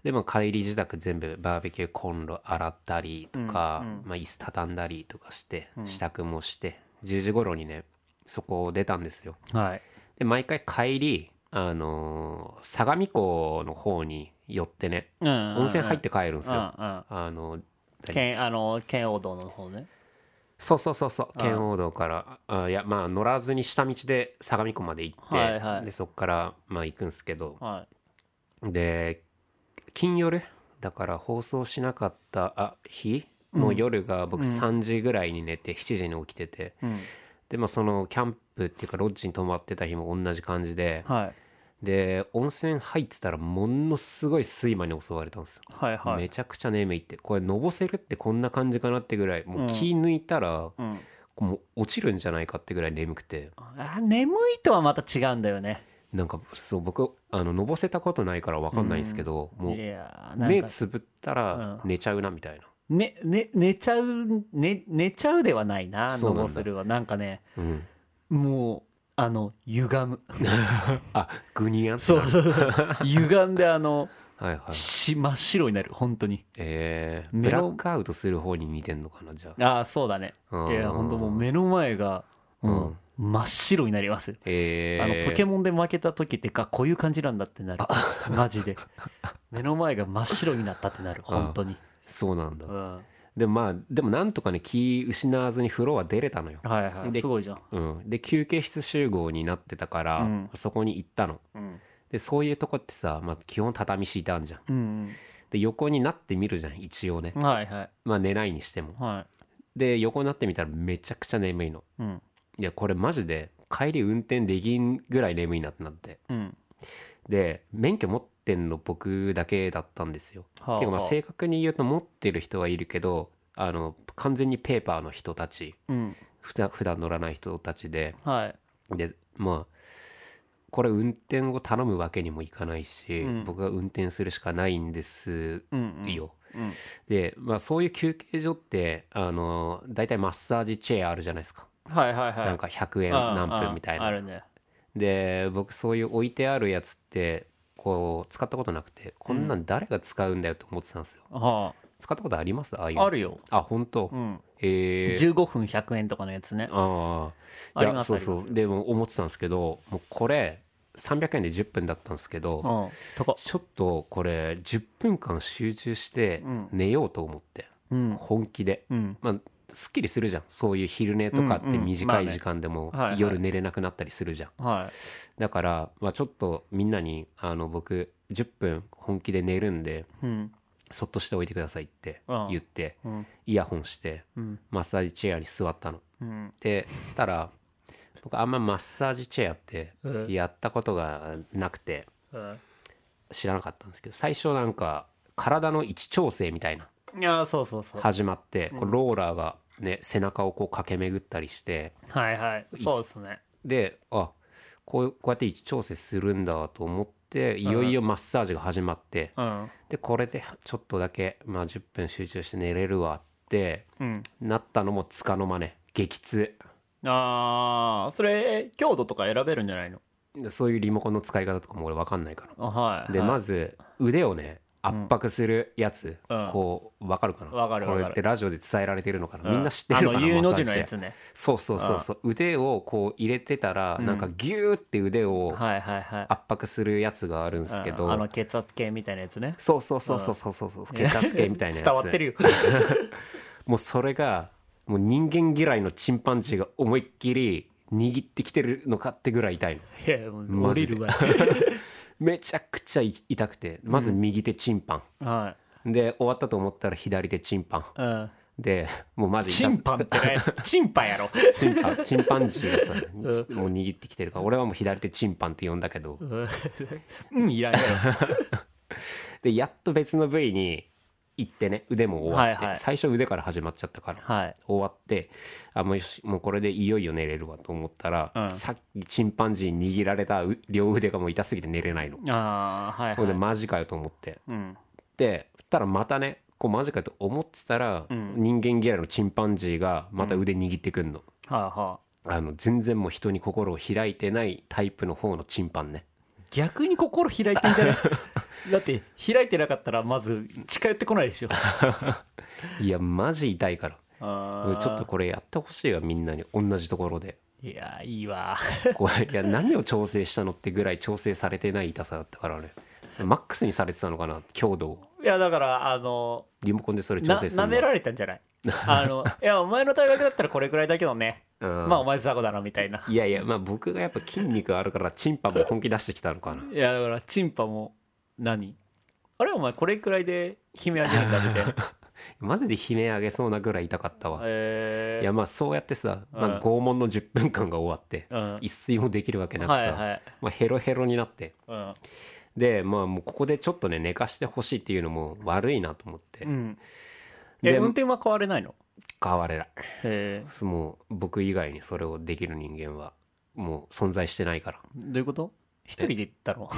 でも帰り自宅全部バーベキューコンロ洗ったりとか、うんうんまあ、椅子畳んだりとかしてうん支度もして、10時頃にねそこを出たんですよはいで毎回帰りあのー相模湖の方に寄ってね温温泉入って帰るんですよ、うんうんあのー県あの県央道の方ねそうそうそうそうああ圏央道からあいやまあ乗らずに下道で相模湖まで行って、はいはいでそこからまあ行くんですけどはで金夜だから放送しなかったあ日の夜が僕3時ぐらいに寝て7時に起きてて、い、うん、でまあそのキャンプっていうかロッジに泊まってた日も同じ感じではいで温泉入ってたらものすごい睡魔に襲われたんですよ、はいはいめちゃくちゃ眠いってこれのぼせるってこんな感じかなってぐらいもう気抜いたら、うん、もう落ちるんじゃないかってぐらい眠くてあ眠いとはまた違うんだよねなんかそう僕あののぼせたことないから分かんないんですけど、もいうやーなん目かつぶったらうん寝ちゃうなみたいねね寝ちゃう、ね、寝ちゃうではないなそうノなんだボスルはなんかねな、うん、もうあの歪 <laughs> むあグニヤンってそなうそうそう歪んであのはいはいし真っ白になる本当にえー、ブ目ラのックアウトする方に似てんのかなじゃあああそうだねあーいや本当もう目の前がもう真っ白になります、えー、あのポケモンで負けた時ってかこういう感じなんだってなるマジで目の前が真っ白になったってなる本当に、そうなんだ、うん、はでもまあでもなんとかね気失わずに風呂は出れたのよ、いはいですごいじゃん、うん、で休憩室集合になってたから、うんそこに行ったのうんでそういうとこってさ、まあ、基本畳敷いてあんじゃんうんで横になってみるじゃん一応ねうん、はいはいまあ寝ないにしてもはで横になってみたらめちゃくちゃ眠いのいうんいやこれマジで帰り運転できんぐらい眠いなってなってうんで免許持ってんの僕だけだったんですよはあていうかまあはあ正確に言うと持ってる人はいるけどあの完全にペーパーの人たちうんふだ普段乗らない人たちではいでまあこれ運転を頼むわけにもいかないし、うん僕が運転するしかないんですうんうんよ、うんで、まあ、そういう休憩所ってあの大体マッサージチェアあるじゃないですか、はいはいはいなんか100円ああ何分みたいああなるねで僕そういう置いてあるやつってこう使ったことなくてこんなん誰が使うんだよと思ってたんですよ、は使ったことありますああいうあのあるよあ本当、うんえー、 15分100円とかのやつねあああいりやますそうそうでも思ってたんですけどもうこれ300円で10分だったんですけうんどとかちょっとこれ10分間集中してうん寝ようと思って、うん本気でうんまあすっきりするじゃんそういう昼寝とかっうんてうんま短あいね時間でもはいはい夜寝れなくなったりするじゃんはいだから、まあ、ちょっとみんなにあの僕10分本気で寝るんでうんそっとしておいてくださいってうん言ってうんイヤホンしてうんマッサージチェアに座ったの。うんでそしたら僕あんまマッサージチェアってうんやったことがなくて知らなかったんですけど最初なんか体の位置調整みたいないやそうそうそう始まってこうローラーがね背中をこう駆け巡ったりしてはいはいそうですねであこうこうやって位置調整するんだと思っていよいよマッサージが始まってうんでこれでちょっとだけ、まあ、10分集中して寝れるわってうんなったのもつかの間ね激痛ああそれ強度とか選べるんじゃないのでそういうリモコンの使い方とかも俺分かんないからあはいでまずず腕をね圧迫するやつ、うんこう分かるかなわかるわかるこれってラジオで伝えられてるのかな、みんな知ってるのかあのな U マのッサ字ージのやつねそうそうそうそう、腕をこう入れてたら、うんなんかギューって腕をはいはいはい圧迫するやつがあるんですけど、うんあの血圧計みたいなやつねそうそうそうそうそうそうそう血圧計みたいなや <laughs> つ伝わって <laughs> るよもうそれがもう人間嫌いのチンパンジーが思いっきり握ってきてるのかってぐらい痛いのいやもうマ降ジりでるわめちゃくちゃ痛くてまず右手チンパン、はで終わったと思ったら左手チンパンいうんでもうマジ痛チすンパンって <laughs> ねチンパンやろ <laughs> チンパンチンパンジーがさ、もう握ってきてるから俺はもう左手チンパンって呼んだけどうんいらんや <laughs> でやっと別の部位に行ってね腕も終わって、はいはい最初腕から始まっちゃったからろはい終わってあもうよしもうこれでいよいよ寝れるわと思ったら、うんさっきチンパンジーに握られたう両腕がもう痛すぎて寝れないの、ああはいほんではいマジかよと思ってうんでたらまたねこうマジかよと思ってたら、うん人間嫌いのチンパンジーがまた腕握ってくんの,、はあはああの全然もう人に心を開いてないタイプの方のチンパンね <laughs> 逆に心開いてんじゃないだって開いてなかったらまず近寄ってこない <laughs> でしょいやマジ痛いからあちょっとこれやってほしいわみんなに同じところ <laughs> でれいやいいわ <laughs> これいや何を調整したのってぐらい調整されてない痛さだったからねマックスにされてたのかな強度をいやだからあのリモコンでそれ調な整する舐のめられたん <laughs> じゃないあのいやお前の大学だったらこれくらいだけどねうんまあお前雑魚だなみたいないやいやまあ僕がやっぱ筋肉あるからチンパも本気出してきたのかないやだからチンパも何あれお前これくらいで悲鳴上げるんだみ <laughs> たいなマジで悲鳴上げそうなぐらい痛かったわえー、いやまあそうやってさ、うまんあ、拷問の10分間が終わってうん一睡もできるわけなくはいさ、はいまあ、ヘロヘロになってうんでまあもうここでちょっとね寝かしてほしいっていうのも悪いなと思ってうんえで運転は変われないの変われないえー、もう僕以外にそれをできる人間はもう存在してないからどういうこと一人で行ったの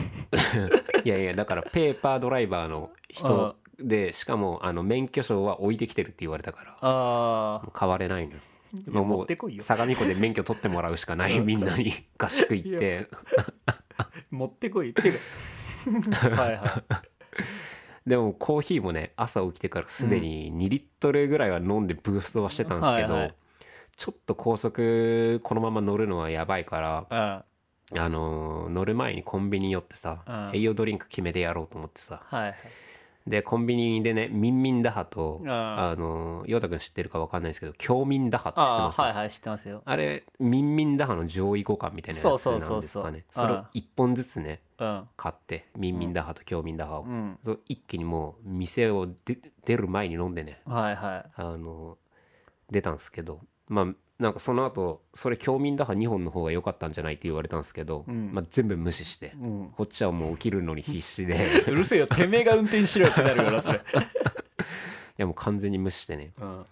いやいやだからペーパードライバーの人でしかもあの免許証は置いてきてるって言われたからああもう変われないのよもうも持ってこいうよ相模湖で免許取ってもらうしかないみんなに合宿行って持ってこいっていうか <laughs> はいはでもコーヒーもね朝起きてからすでに2リットルぐらいは飲んでブーストはしてたんですけど、はいはいちょっと高速このまま乗るのはやばいからいうんあのー乗る前にコンビニ寄っうてんさ栄養ドリンク決めてやろうと思ってさはいはいでコンビニでねミンミンダハとうんあのー陽太くん知ってるか分かんないですけど京民ダハって知ってあまーすはいはい知ってますよあれミンミンダハの上位互換みたいなやつそうそうなそんうですそうかねうんそれを1本ずつねうん買ってミンミンダハと京民ダハをうんそう一気にもう店を出出る前に飲んでねはいはいあの出たんですけどまあなんかその後それ京民打破2本の方が良かったんじゃないって言われたんですけど、うんまあ、全部無視して、 <laughs> うんこっちはもう起きるのに必 <laughs> 死でうるせえよてめえが運転しろよってなるよなそれいやもう完全に無視してねうん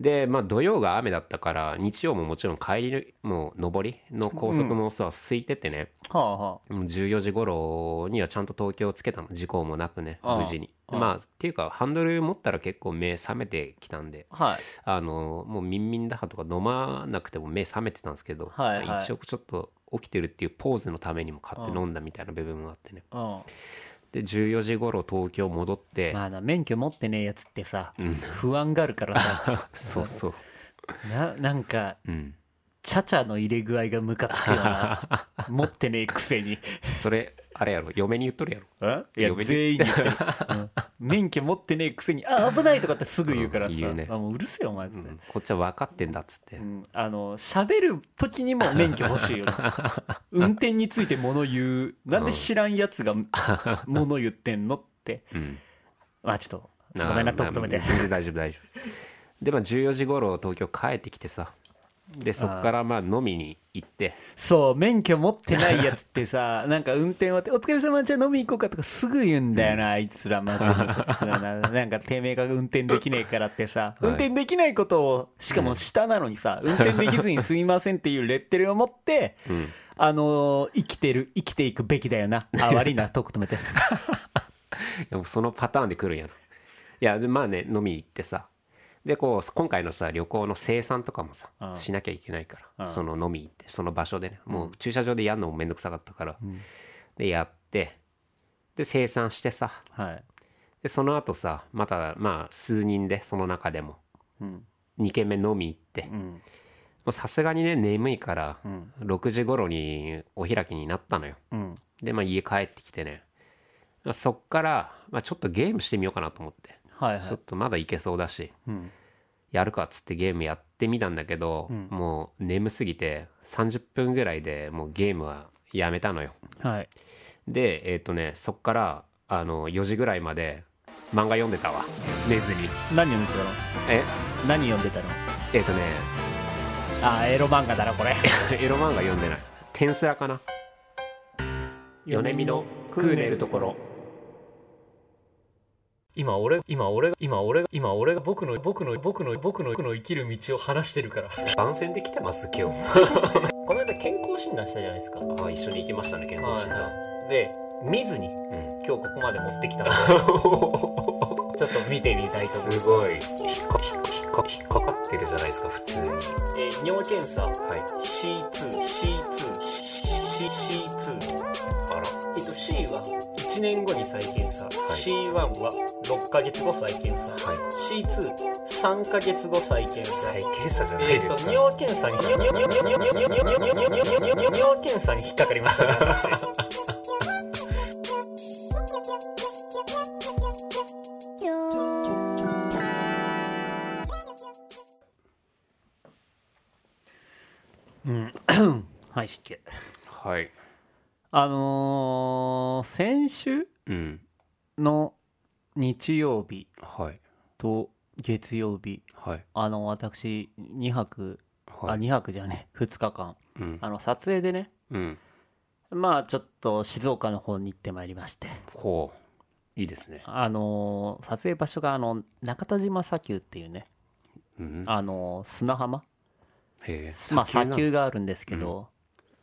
でまあ土曜が雨だったから日曜ももちろん帰りの上りの高速もさ、空いててねはあはもう14時頃にはちゃんと東京つけたの事故もなくねああ無事にああまあっていうかハンドル持ったら結構目覚めてきたんであはいあのもうみんみんだかとか飲まなくても目覚めてたんですけど、はいはい一応ちょっと起きてるっていうポーズのためにも買っうてん飲んだみたいな部分もあってねうで14時頃東京戻って、んまあな免許持ってねえやつってさ <laughs> うん不安があるから <laughs> さそうそうななんかうんチャチャの入れ具合がムカつくよ <laughs> な持ってねえくせに <laughs> それあれやろ嫁に言っとるやろんいや嫁に全員に言ってる、うん免許持ってねえくせに「あ危ない」とかってすぐ言うからさ「うん言うねあもううるせえよお前」っつうって、んこっちは分かってんだっつって、うんあの喋る時にも免許欲しい <laughs> よな運転について物言うなんで知らんやつ <laughs> が物言ってんのってうんまあちょっとあーごめんなトーク止めてまあ全然大丈夫大丈夫でまあ14時頃東京帰ってきてさでそっからまあ飲みに行ってそう免許持ってないやつってさ <laughs> なんか運転終わって「お疲れ様じゃあ飲み行こうか」とかすぐ言うんだよなあいつら <laughs> マジでななんかてめえが運転できねえからってさ、はい運転できないことをしかも下なのにさ、運転できずにすいませんっていうレッテルを持って、んあのー生きてる生きていくべきだよなあ悪いなトーク止めてでもそのパターンで来るんやろいやでまあね飲み行ってさでこう今回のさ旅行の生産とかもさうんしなきゃいけないかうらんその飲み行ってその場所でねもう駐車場でやるのもめんどくさかったからでやってで生産してさはい、でその後さまたまあ数人でその中でもうん2軒目飲み行ってうもんうさすがにね眠いからん6時頃にお開きになったのようんでまあ家帰ってきてねまあそっからまあちょっとゲームしてみようかなと思ってはいはちょっいとまだいけそうだしうんやるかっつってゲームやってみたんだけど、うんもう眠すぎて30分ぐらいでもうゲームはやめたのよはいでえっ、とねそっからあの4時ぐらいまで漫画読んでたわ寝ずに何読んでたのえ何読んでたのえっ、とね <laughs> あーエロ漫画だな <laughs> これエロ漫画読んでないテンスラかな米見のクーネルところ今俺今俺今俺今俺が僕の僕の僕の僕の僕の生きる道を話してるから番宣できてます今日この間健康診断したじゃないですかあ一緒に行きましたね健はいはいで見ずにうん今日ここまで持ってきたの <laughs> でちょっと見てみたいと思いますすごい引っか引っか引っかかってるじゃないですか普通にはえー尿検査い C2C2C2C2 あらえっと C は1年後に再検査、C1 は6ヶ月後再検査、C23 ヶ月後再検査再検査じゃなえいっでとすか、尿検査に尿検査に引っかかりましたね私はい失敬はいあのー先週うんの日曜日はいと月曜日はいあの私2泊、はあい2泊じゃね2日間うんあの撮影でねうんまあちょっと静岡の方に行ってまいりましてほういいですねあのー撮影場所があの中田島砂丘っていうねうんあのー砂浜へえまあ砂な丘があるんですけど、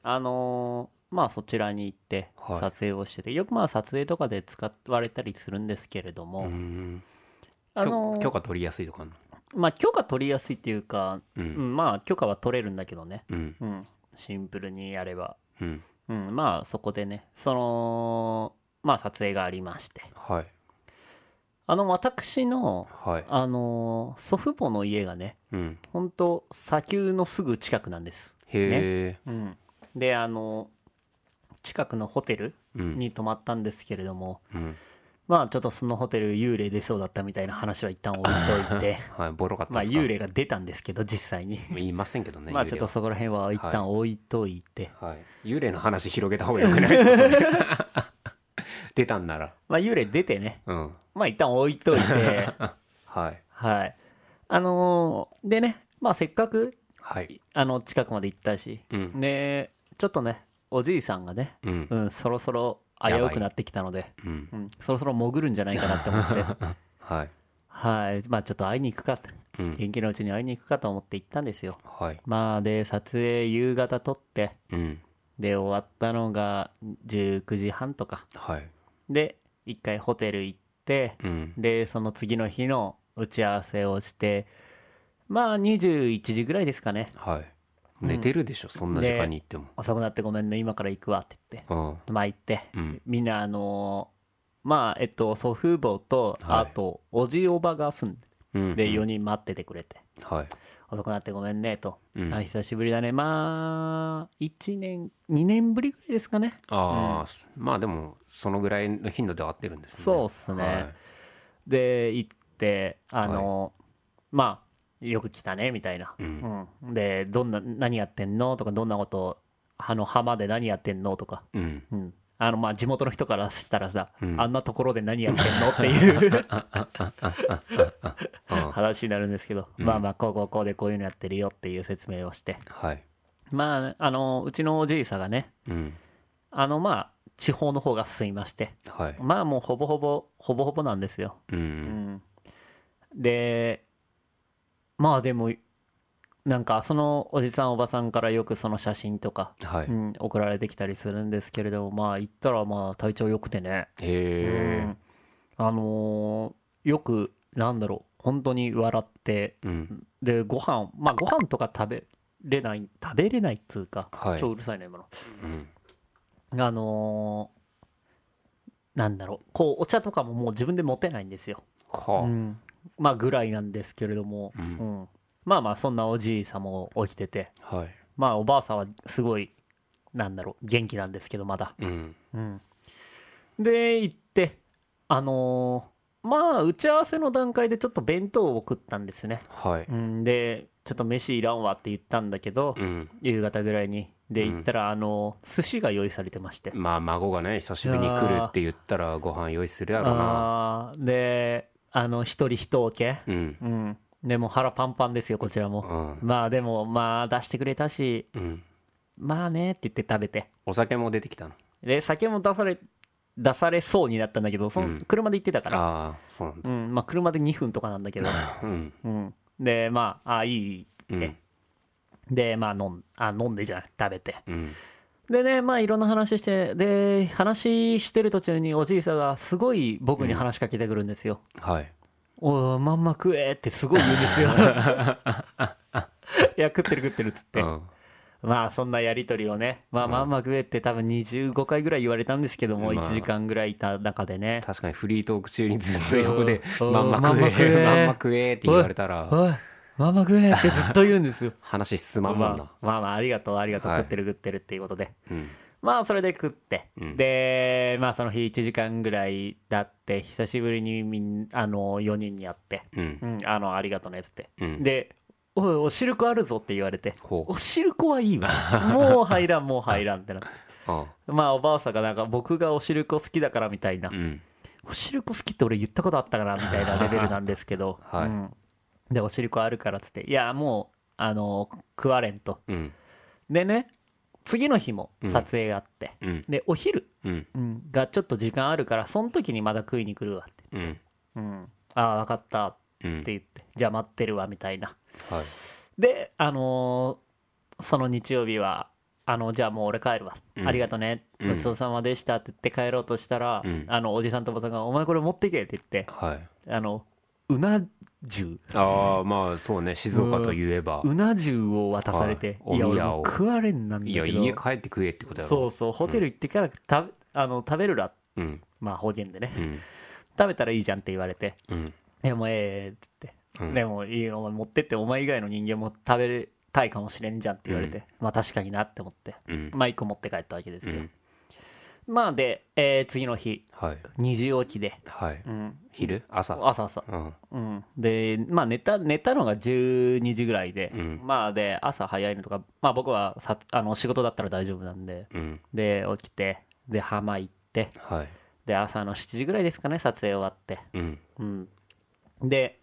あのーまあそちらに行ってはい撮影をしてて、よくまあ撮影とかで使われたりするんですけれども、うんあのー許許可取りやすいとかあんのまあ許可取りやすいっていうか、ううんん、まあ許可は取れるんだけどね、うんうん、シンプルにやれば、うんうん、まあそこでねそのまあ撮影がありましてはいあの私のはいあのー祖父母の家がねうん本当砂丘のすぐ近くなんです、へうえん、であの近くのホテルうんに泊まったんですけれども、うんまあちょっとそのホテル幽霊出そうだったみたいな話は一旦置いとい <laughs> て <laughs> はいボロかったまあですか幽霊が出たんですけど実際に言いませんけどねまあちょっとそこら辺は一旦置いとい <laughs> て、幽霊ははい幽霊の話広げた方がよくない <laughs> ですかそれ出たんならまあ幽霊出てねうんまあ一旦置いといて <laughs> はいはいあのーでねまあせっかくはいあの近くまで行ったし、うんでちょっとねおじいさんがね、うんうん、そろそろ危うくなってきたので、うんうん、そろそろ潜るんじゃないかなって思って <laughs> はい <laughs> はい、まあちょっと会いに行くかと、うん元気のうちに会いに行くかと思って行ったんですよ。はいまあで、撮影夕方撮って、うんで、終わったのが19時半とか。はいで、一回ホテル行って、うんで、その次の日の打ち合わせをして、まあ21時ぐらいですかね。はい寝てるでしょそんな時間に行っても遅くなってごめんね、今から行くわって言っうんて。まあ行って、うんみんなあのーまあえっと祖父母と、はいあとおじいおばが住んうんで4人待っててくれて。はい遅くなってごめんねと、うんあ久しぶりだねまあ1年2年ぶりぐらいですかねああまあでもそのぐらいの頻度では合ってるんですねそうっすねはいで行ってあの、まあよく来たねみたいな、うんうんでどんな何やってんのとかどんなことあの浜で何やってんのとか、うんうんあのまあ地元の人からしたらさ、うんあんなところで何やってんのっていうあ話になるんですけど、まあまあこうこうこうでこういうのやってるよっていう説明をしてはいまああのうちのおじいさんがねうんあのまあ地方の方が進みましてはいまあもうほぼほぼほぼほぼなんですよ、ううんん、でまあでもなんかそのおじさんおばさんからよくその写真とか、はいうん、送られてきたりするんですけれどもまあ行ったらまあ体調良くてね、うへんあのーよくなんだろう本当に笑ってえうんでご飯まあご飯とか食べれない食べれないっつうか、はい超うるさいね今のうんあのーなんだろう、こう、お茶とかももう自分で持てないんですよ。うはんまあ、ぐらいなんですけれども、うんうんまあまあ、そんなおじいさんも起きてて、あはいまあ、おばあさんはすごい、なんだろう、元気なんですけど、まだ。うんうんで、行って、あのーまあ、打ち合わせの段階でちょっと弁当を食ったんですね。はいうん、で、ちょっと飯いらんわって言ったんだけど、うん夕方ぐらいに。で、うん行ったら、あのー寿司が用意されてまして。まあ孫がね久しぶりに来るって言ったらご飯用意するやろうなあーであの一人一オケうんうんでも腹パンパンですよこちらうもんまあでもまあ出してくれたしうんまあねって言って食べてお酒も出てきたので酒も出され出されそうになったんだけどそうんの車で行ってたから、ああそう <laughs> なんだうんまあ、車で2分とかなんだけ <laughs> ど、うんうん、でまあああいいいいっうてん、でまあ飲んあ飲んでじゃなくて食べてうんでねまあいろんな話してで話してる途中におじいさんがすごい僕に話しかけてくるんですよ、はいおいまんま <laughs> 食えってすごい言うんですよいや食ってる食ってるっつって、うんまあそんなやり取りをねまあまあまくべって多分25回ぐらい言われたんですけどもまあ1時間ぐらいいた中でね確かにフリートーク中にずっと横で「うんまんままん食ま食ええまんま食え」って言われ「たらおいママ食え!」ってずっと言うんですよ話進ままあんもんまなあ、まあまあありがとうありがとうはい食ってる食ってるっていうことでうんまあそれで食って、うんでまあその日1時間ぐらいだって久しぶりにみんあの4人に会って「ううんんあのありがとうね」っつって、うんで「おいおしるこあるぞ」って言われてほ「うおしるこはいいわ <laughs> もう入らんもう入らん」ってなってあまあおばあさんがなんか僕がおしるこ好きだからみたいなあうんおしるこ好きって俺言ったことあったかなみたいなレベルなんですけど、 <laughs> はいうんでおしるこあるからっつっていやもうあの食われんとうんでね次の日も撮影があって、うんでお昼、うんうん、がちょっと時間あるからその時にまだ食いに来るわって、うんうん、ああ分かったっうんて言って、じゃあ待ってるわみたいなはいであのーその日曜日はあのじゃあもう俺帰るわ、うんありがとねうんごちそうさまでしたって言って帰ろうとしたら、うんあのおじさんとおばさんが「お前これ持ってけ」って言ってはいあのうな重ああまあそうね静岡といえばうな重を渡されて、はいい、やお俺宮をもう食われんなんだいけどや家帰って食えってことやろそうそうホテル行ってからたあの食べるらうんまあ方言でねうん食べたらいいじゃんって言われてうん「えもうええ」っつって「うんでもいいよお前持ってってお前以外の人間も食べたいかもしれんじゃん」って言われて、うまあ確かになって思ってうんまあ1個持って帰ったわけですうよ、んまあで、えー次の日はい2時起きで、はいうん、昼朝朝朝ううんん、でまあ寝た寝たのが12時ぐらいで、うんまあで朝早いのとかまあ僕はさあの仕事だったら大丈夫なんでうんで起きてで浜行ってはいで朝の7時ぐらいですかね撮影終わってうんうんで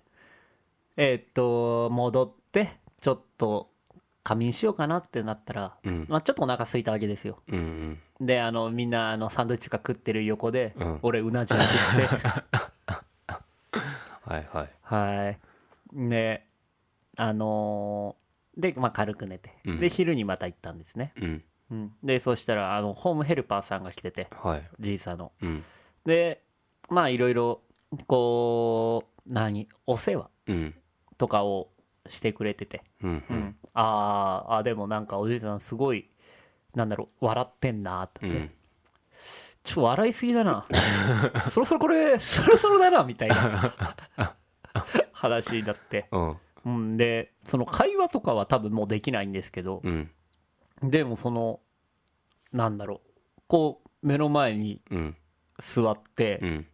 えーっと戻ってちょっと仮眠しようかなってなったら、うんまあ、ちょっとお腹空いたわけですようんうんであのみんなあのサンドイッチとか食ってる横で、うん俺うな重食って <laughs> はいはいはい。で、あのーで、まあ、軽く寝て、うんで、昼にまた行ったんですね。うんうん、で、そしたら、あの、ホームヘルパーさんが来てて、はいじいさんの。うんで、まあ、いろいろ、こう、何、お世話うんとかをしてくれてて、うんううんんあーあ、でもなんか、おじいさん、すごい、なんだろう、笑ってんなーってうって、んちょ、笑いすぎだ <laughs> な。そろそろこれ、そろそろだな、みたいな話になって。うんうん、でその会話とかは多分もうできないんですけど、うんでもそのなんだろうこう目の前にうん座ってうん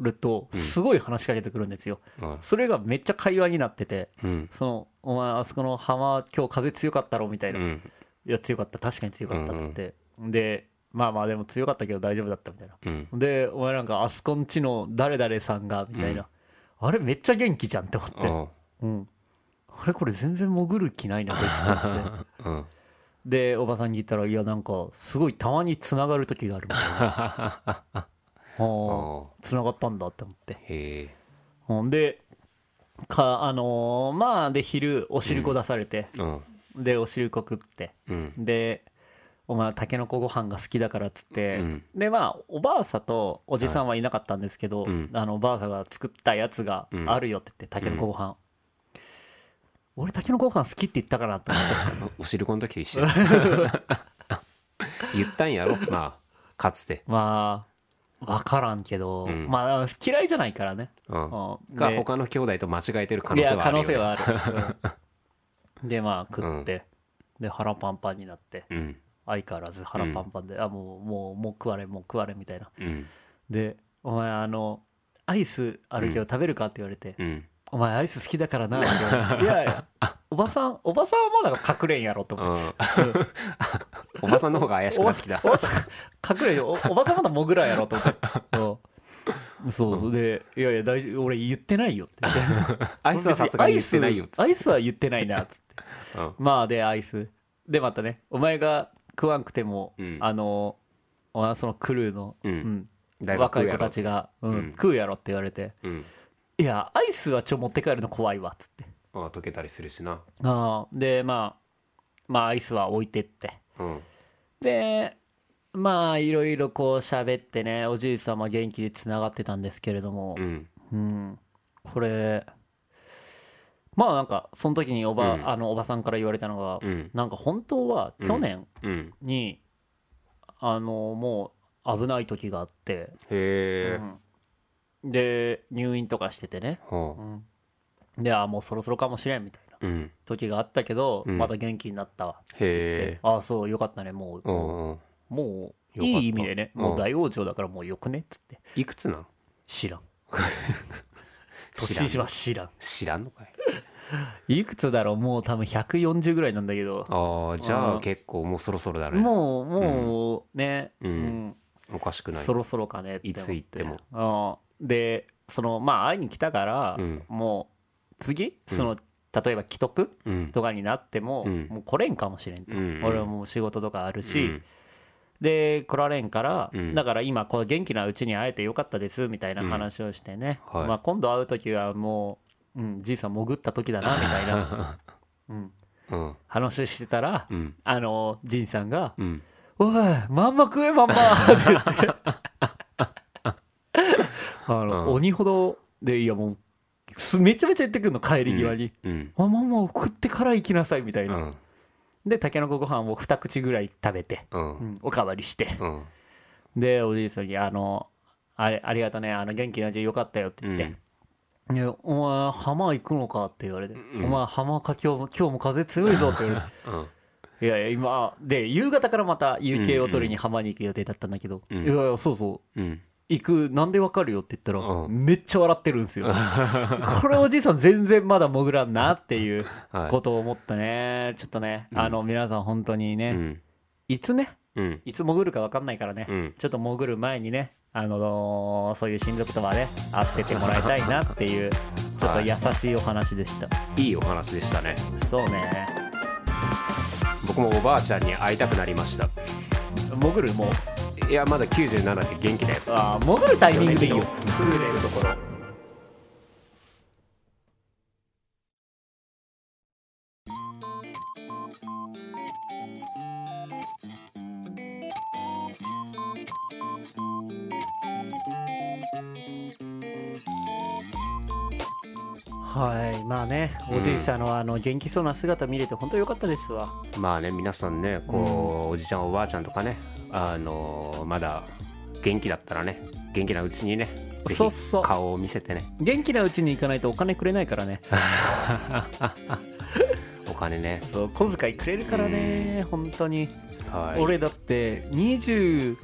るとうんすごい話しかけてくるんですよ、はいそれがめっちゃ会話になっててうんその「お前あそこの浜今日風強かったろ」みたういな「いんや強かった確かに強かった」っつって、でまあまあでも強かったけど大丈夫だったみたいなうんでお前なんかあそこんちの誰々さんがみたいな、あれめっちゃ元気じゃんって思って、うんうん、あれこれ全然潜る気ないなこいつと <laughs> 思ってうんでおばさんに言ったら「いやなんかすごいたまにつながる <laughs> 時があるみたいな」ああつながったんだ」って思ってへえほんでかあのーまあで昼お汁粉出されて、うんでお汁粉食ってうんでお前たけのこご飯が好きだからっつって、うんでまあおばあさとおじさんはいなかったんですけど、はいうんあのおばあさが作ったやつがうんあるよって言ってたけのこご飯、俺たけのこご飯好きって言ったかなって思って <laughs> おしるこの時と一緒や言ったんやろまあかつてまあ分からんけど、うんまあ嫌いじゃないからね、うんうんがで他の兄弟と間違えてる可い能性やはあ可る能よね性はある、 <laughs> うんでまあ食って、で腹パンパンになってうん相変わらず腹パンパンで、あもうもうもう食われもう食われみたいなうんでお前あのアイスあるけど食べるかって言われて、うんお前アイス好きだ <laughs> からなって言われていやいやおばさんおばさんはまだ隠れんやろとう思ってん <laughs> おばさんの方が怪しくなってきたおばさん隠れよおおばさんまだもぐらやろと思ってうんそうそうで「いやいや大丈夫俺言ってないよ」って言って <laughs> アイスはさすがに言ってないよっつアイスアイスは言ってないなっつってうんまあでアイスでまたねお前が食わんくても、うんあのお前はそのクルーの、うん誰が食若ういや子ろたちが、うんうん食うやろって言われてうん「いやアイスはちょ持って帰るの怖いわ」っつってああ溶けたりするしなああでまあまあアイスは置いてってうんでまあいろいろこう喋ってねおじいさんも元気でつながってたんですけれどもう、んうんこれまあなんかその時におば、うんあのおばさんから言われたのが、うんなんか本当は去年うんに、あのもう危ない時があって、へえ、うんで入院とかしててね、ほうんであもうそろそろかもしれんみたいなううん時があったけど、うんまた元気になったわへってえああそうよかったねもう、おうおうもよかっうたいい意味でねうんもう大往生だからもうよくねっつっていくつなの知 <laughs> らん知らん年は知らん知らんのかいいくつだろうもう多分140ぐらいなんだけどああじゃうあん結構もうそろそろだねもうもうね、うんおかしくないそろそろかねっていつ行ってもも、うん、でそのまあ会いに来たから、うんもう次うんその、例えば既得うんとかになっても、うんもう来れんかもしれんと、うんうん俺はもう仕事とかあるし、うんで来られんから、うんだから今こう元気なうちに会えてよかったですみたいな話をしてね、うんはいまあ、今度会う時はもう、うん、じいさん潜った時だ <laughs> なみたいな、うん、うん話をしてたら、うんあのじいさんが「うんおい、まんま食え、 <laughs> まんまって言って。あの、うん鬼ほどで、いやもう、すめちゃめちゃ言ってくるの、帰り際に。うんあまんま食ってから行きなさいみたいうな、んでたけのこご飯を2口ぐらい食べて、ううんんおかわりしてうんでおじいさんに「あのあれありがとねあの元気なうちよかったよ」って言って「いやお前浜行くのか?」って言われて「うんお前浜か今日も今日も風強いぞ」って言われてうんい <laughs> やいや今で夕方からまた有形を取りに浜に行く予定だったんだけど、うんいやいやそうそううん行くなんでわかるよって言ったら、うんめっちゃ笑ってるんです <laughs> よこれおじいさん全然まだ潜らんなっていう <laughs> はいことを思ったねちょっとね、うんあの皆さん本当にね、うんいつねうんいつ潜るかわかんないからね、うんちょっと潜る前にねあのーそういう親族とはね会っててもらいたいなっていうちょっと優しいお話でした、いいお話でしたねそうね僕もおばあちゃんに会いたくなりました潜るもういやまだ97で元気だよあー潜るタイミングでいいよ隠れるところはいまあねうんおじいさんのあの元気そうな姿見れて本当良かったですわ、まあね皆さんねこうおじちゃんおばあちゃんとかねあのーまだ元気だったらね元気なうちにねぜそうそひう顔を見せてね元気なうちに行かないとお金くれないからねお金ねそう小遣いくれるからね本当に、はい俺だって20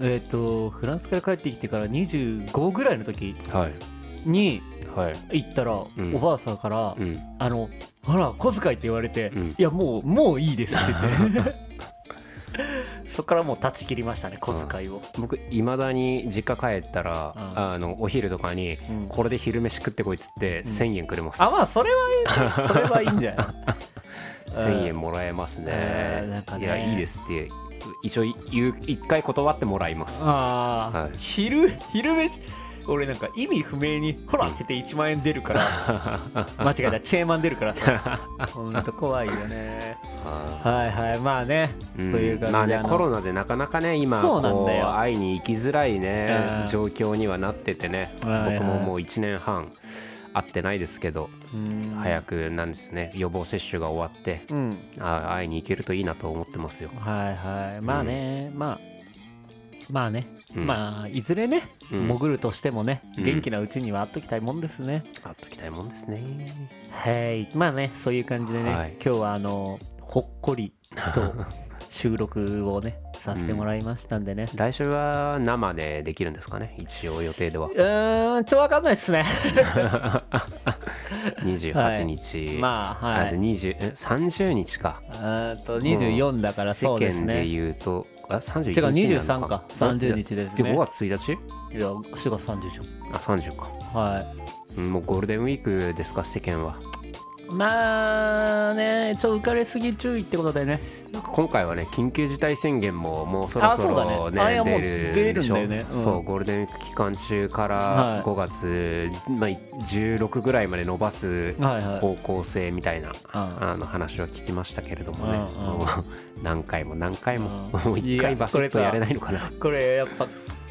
えっ、とフランスから帰ってきてから25ぐらいの時はいにはい行ったら、んおばあさんから「うんあのほら小遣い」って言われて「うんいやもうもういいです」って言って <laughs> そこからもう断ち切りましたね小遣いを、僕いまだに実家帰ったら、うんあのお昼とかに、うんこれで昼飯食ってこいっつっんて、1000円くれますあまあそれはそれはいいんじゃない <laughs> 1000円もらえますね,、えーなんかねいやいいですって一応言う一回断ってもらいますああ、はい昼昼飯俺なんか意味不明に「ほら!」って言って1万円出るから <laughs> 間違えたチェーマン出るから <laughs> さほんと怖いよねははいはいまあね、いそういうう感んじまあねのコロナでなかなかね今そうなんだよこう会いに行きづらいね、うん状況にはなっててね、はいはい僕ももう1年半会ってないですけど、うん早くなんですね予防接種が終わってうんあ会いに行けるといいなと思ってますよ、はいはいまあね、まあまあね、うんまあいずれね、うん潜るとしてもねうん元気なうちには会っときたいもんですね、会っときたいもんですねはいまあねそういう感じでね、はい今日はあのほっこりと収録を <laughs> ねさせてもらいましたんでね、来週は生でできるんですかね一応予定 <laughs> ではうーん、ちょ、わかんないっすね。 28日、まあ、あはじゃい。あ20え30日かうーんと、24だからそうです世間でね。言うとあ31てか日になる23かのか。 30日ですじゃあね。 5月1日いや、4月30でしょ。あ30かは。うんもうゴールデンウィークですか世間はいまあね、ちょ、浮かれすぎ注意ってことでね。なんか今回はね緊急事態宣言ももうそろそあそろうだねあいねやもう出るでしょ出るんだよねうんそうゴールデンウィーク期間中かはいら5月、まあ、16ぐらいまで伸ばすはいはい。方向性みたいな、あの話は聞きましたけれどもね、うんうんもう何回も何回も、うんもう一いや回バシッとこれさやれないのかなこれ、やっぱ、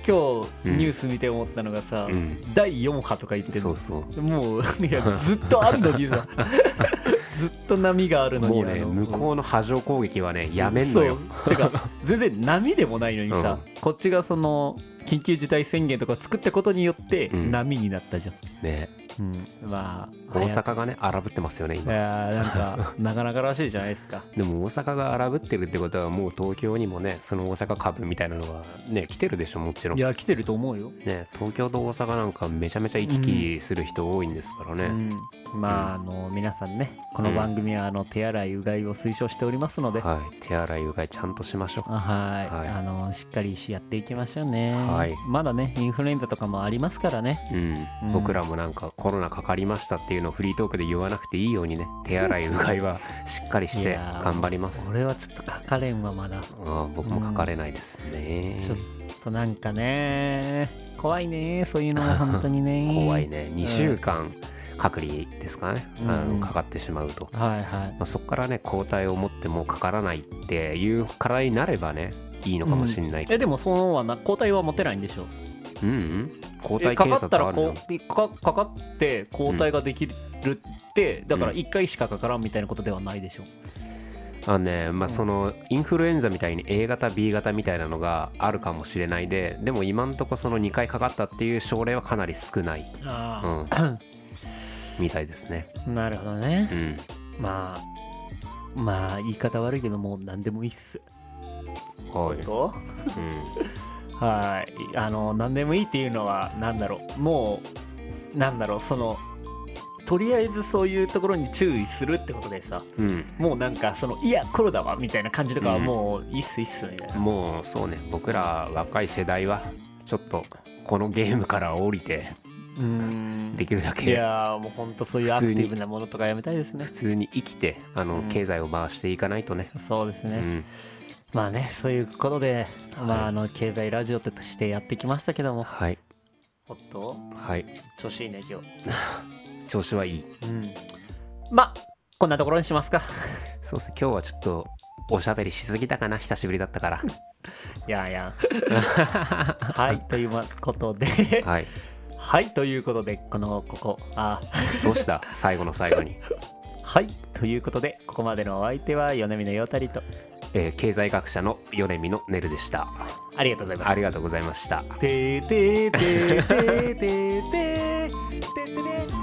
今日うんニュース見て思ったのがさ、うん第4波とか言ってるそうそうもういやずっとあるのに <laughs> さずっと波があるのにもうねあの向こうの波状攻撃はねやめんのよそうてか全然波でもないのにさ、こっちがその緊急事態宣言とか作ったことによってうん波になったじゃん、ねうんまあ大早く阪がね荒ぶってますよねい今やーなんか <laughs> なかなからしいじゃないです <laughs> かでも大阪が荒ぶってるってことはもう東京にもねその大阪株みたいなのがね来てるでしょもちろんいや来てると思うよ、ね東京と大阪なんかめちゃめちゃ行き来する人多いんですからうね、ん、まああの皆さんねこの番組はあの手洗いうがいを推奨しておりますので、はい手洗いうがいちゃんとしましょうあはい、はいあのしっかりしやっていきましょうね、はいまだねインフルエンザとかもありますからねうんうん僕らもなんかコロナかかりましたっていうのをフリートークで言わなくていいようにね手洗いうがいはしっかりし <laughs> いてやー頑張ります俺はちょっとかかれんわまだあー僕もかかれないですねちょっとなんかね怖いねそういうの <laughs> も本当にね怖いね2週間隔離ですかね、うんあのかかってしまうと、まはいはいあ、そこからね抗体を持ってもうかからないっていうからになればねいいのかもしれないけえど、でもそのはな抗体は持てないんでしょうんうん抗え体か検か査っったてあらるのこうかかかって抗体ができるって、だから1回しかかからんみたいなことではないでしょあのねまあそのインフルエンザみたいに A 型 B 型みたいなのがあるかもしれないででも今んとこその2回かかったっていう症例はかなり少ない、うあ <laughs> ん、みたいですねあなるほどねうんまあまあ言い方悪いけどもう何でもいいっすはい、とうんはいあの何でもいいっていうのは何だろうもう何だろうそのとりあえずそういうところに注意するってことでさうん、もうなんかそのいやコロだわみたいな感じとかはもういいっすいいっすみたいな、もうそうね僕ら若い世代はちょっとこのゲームから降りてうんできるだいけやーもうほんとそういうアクティブなものとかやめたいですね普通に生きてあうのん経済を回していかないとね、そうですうね、ん、まあねそういうことで、まあ、あの経済ラジオとしてやってきましたけどもはいおっとはい調子いいね今日調子はいいうんまあこんなところにしますか <laughs> そうですね今日はちょっとおしゃべりしすぎたかな久しぶりだった <laughs> からいやいや <laughs> はいということではいはいということでこのここあどうした最後の最後に、はいということでここまでのお相手は米峰陽太りとえー経済学者の米見のねるでしたありがとうございましあたりがとうございましたてーてーてーてーてーてーてーてーてー